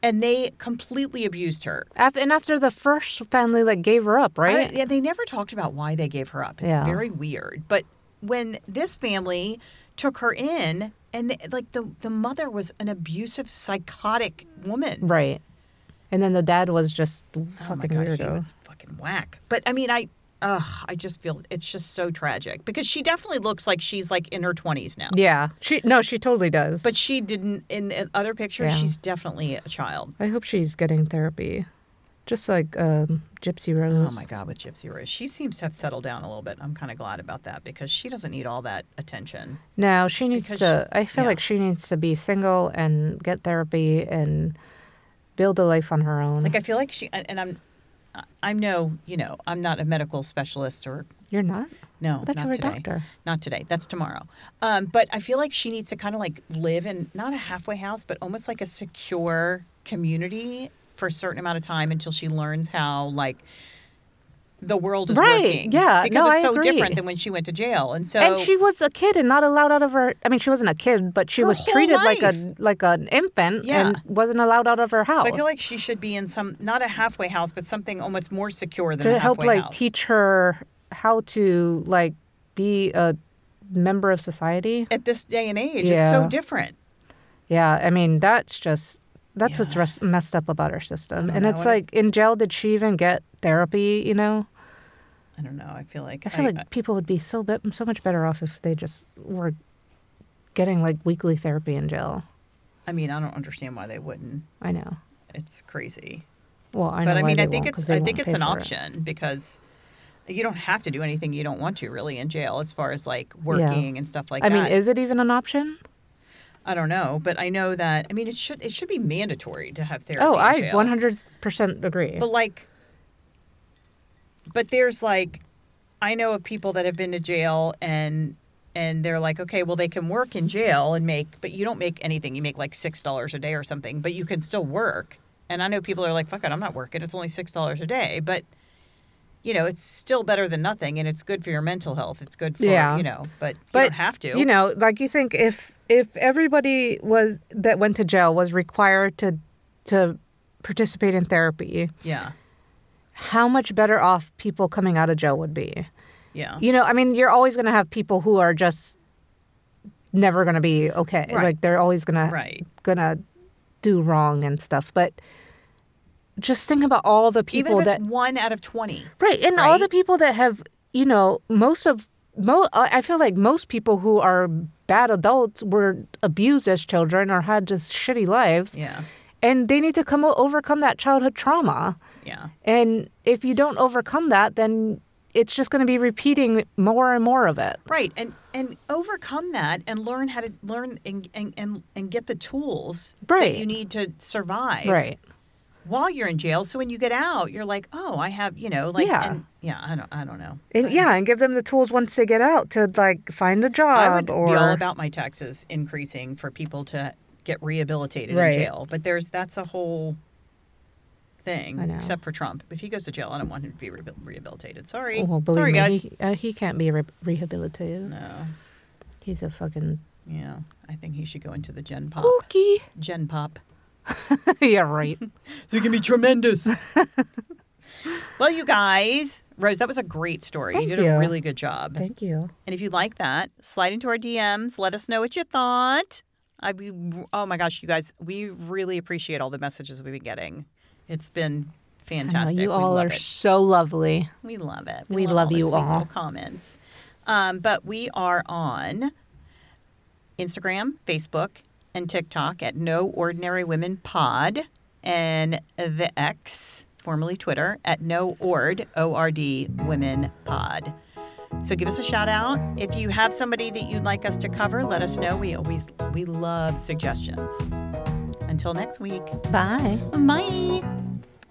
and they completely abused her.
Af- and after the first family like gave her up,
I
right?
don't- yeah, they never talked about why they gave her up. It's
Yeah.
very weird. But when this family took her in, and the, like the the mother was an abusive, psychotic woman.
Right. And then the dad was just
Oh my
fucking
god, she
weirdo.
was fucking whack. But I mean, I. Ugh, I just feel it's just so tragic because she definitely looks like she's like in her 20s now.
Yeah. She no, she totally does.
But she didn't, in, in other pictures,
Yeah.
she's definitely a child.
I hope she's getting therapy. Just like um, Gypsy Rose.
Oh my God, with Gypsy Rose. She seems to have settled down a little bit. I'm kind of glad about that because she doesn't need all that attention.
No, she needs
Because
to
she-
I feel
yeah.
like she needs to be single and get therapy and build a life on her own.
Like, I feel like she, and and I'm, I- I'm no, you know, I'm not a medical specialist or
You're not?
no,
I thought you
not
were a
today.
doctor.
Not today. That's tomorrow. Um, but I feel like she needs to kind of like live in not a halfway house, but almost like a secure community for a certain amount of time until she learns how like the world is
Right.
working.
Yeah.
because
No,
it's
I
so
agree.
different than when she went to jail, and so
and she was a kid and not allowed out of her I mean she wasn't a kid, but she
Her
was
whole
treated like a
life.
like an infant
Yeah.
and wasn't allowed out of her house.
So I feel like she should be in some not a halfway house, but something almost more secure than
to
a
help
halfway
like
house.
teach her how to like be a member of society.
At this day and age, it's
Yeah.
so different.
Yeah, I mean that's just that's what's
Yeah.
res- messed up about our system,
don't
and
know,
it's
and I-
like in jail did she even get therapy? You know,
I don't know. I feel like
I feel like people would be so bit so much better off if they just were getting like weekly therapy in jail.
I mean, I don't understand why they wouldn't.
I know.
It's crazy.
Well, I know
but I
why
mean,
they
I think
won't,
it's
'cause they
I think
won't
it's an
pay for it.
option because you don't have to do anything you don't want to really in jail as far as like working and stuff like
I
that.
mean, is it even an option?
I don't know, but I know that I mean it should it should be mandatory to have therapy.
Oh,
in
I
jail.
one hundred percent agree.
But like, but there's like, I know of people that have been to jail and and they're like, okay, well they can work in jail and make, but you don't make anything. You make like six dollars a day or something, but you can still work. And I know people are like, fuck it, I'm not working. It's only six dollars a day, but you know, it's still better than nothing, and it's good for your mental health. It's good for
Yeah.
you know, but, you don't have to.
You know, like you think if if everybody was that went to jail was required to to participate in therapy,
yeah,
how much better off people coming out of jail would be.
yeah,
You know, I mean, you're always going to have people who are just never going to be okay.
Right.
Like they're always going to
right.
going to do wrong and stuff, but just think about all the people
Even if it's
that
one out of twenty,
Right, and all
right?
the people that have, you know, most of mo uh, I I feel like most people who are bad adults were abused as children or had just shitty lives,
yeah,
and they need to come o- overcome that childhood trauma.
yeah.
And if you don't overcome that, then it's just going to be repeating more and more of it.
right and and overcome that and learn how to learn and and and, and get the tools
Right.
that you need to survive
Right.
while you're in jail. So when you get out, you're like, oh, I have, you know, like,
Yeah.
and, yeah. I don't, I don't know.
And yeah, and give them the tools once they get out to like find a job
I would
or
be all about my taxes increasing for people to get rehabilitated
Right.
in jail. But there's that's a whole thing.
I know.
Except for Trump, if he goes to jail, I don't want him to be rehabil- rehabilitated. Sorry,
Oh, Well, believe
sorry
me,
guys.
He, uh, he can't be re- rehabilitated.
No,
He's a fucking
yeah, I think he should go into the Gen Pop.
cookie.
Gen Pop.
[laughs] yeah, right.
It can be
[laughs]
tremendous. well, you guys, Rose, that was a great story.
Thank
you did
you.
a really good job.
Thank you.
And if you like that, slide into our DMs. Let us know what you thought. I we, oh my gosh, you guys, we really appreciate all the messages we've been getting. It's been
I know,
fantastic.
you
we
all
love
are
it.
so lovely.
we love it.
we
all
love
the
you
sweet little
all.
comments. Um, but we are on Instagram, Facebook, and TikTok at No Ordinary Women Pod, and the X, formerly Twitter, at No Ord O R D Women Pod. So give us a shout out. If you have somebody that you'd like us to cover, let us know. We always we love suggestions. Until next week.
Bye.
Bye.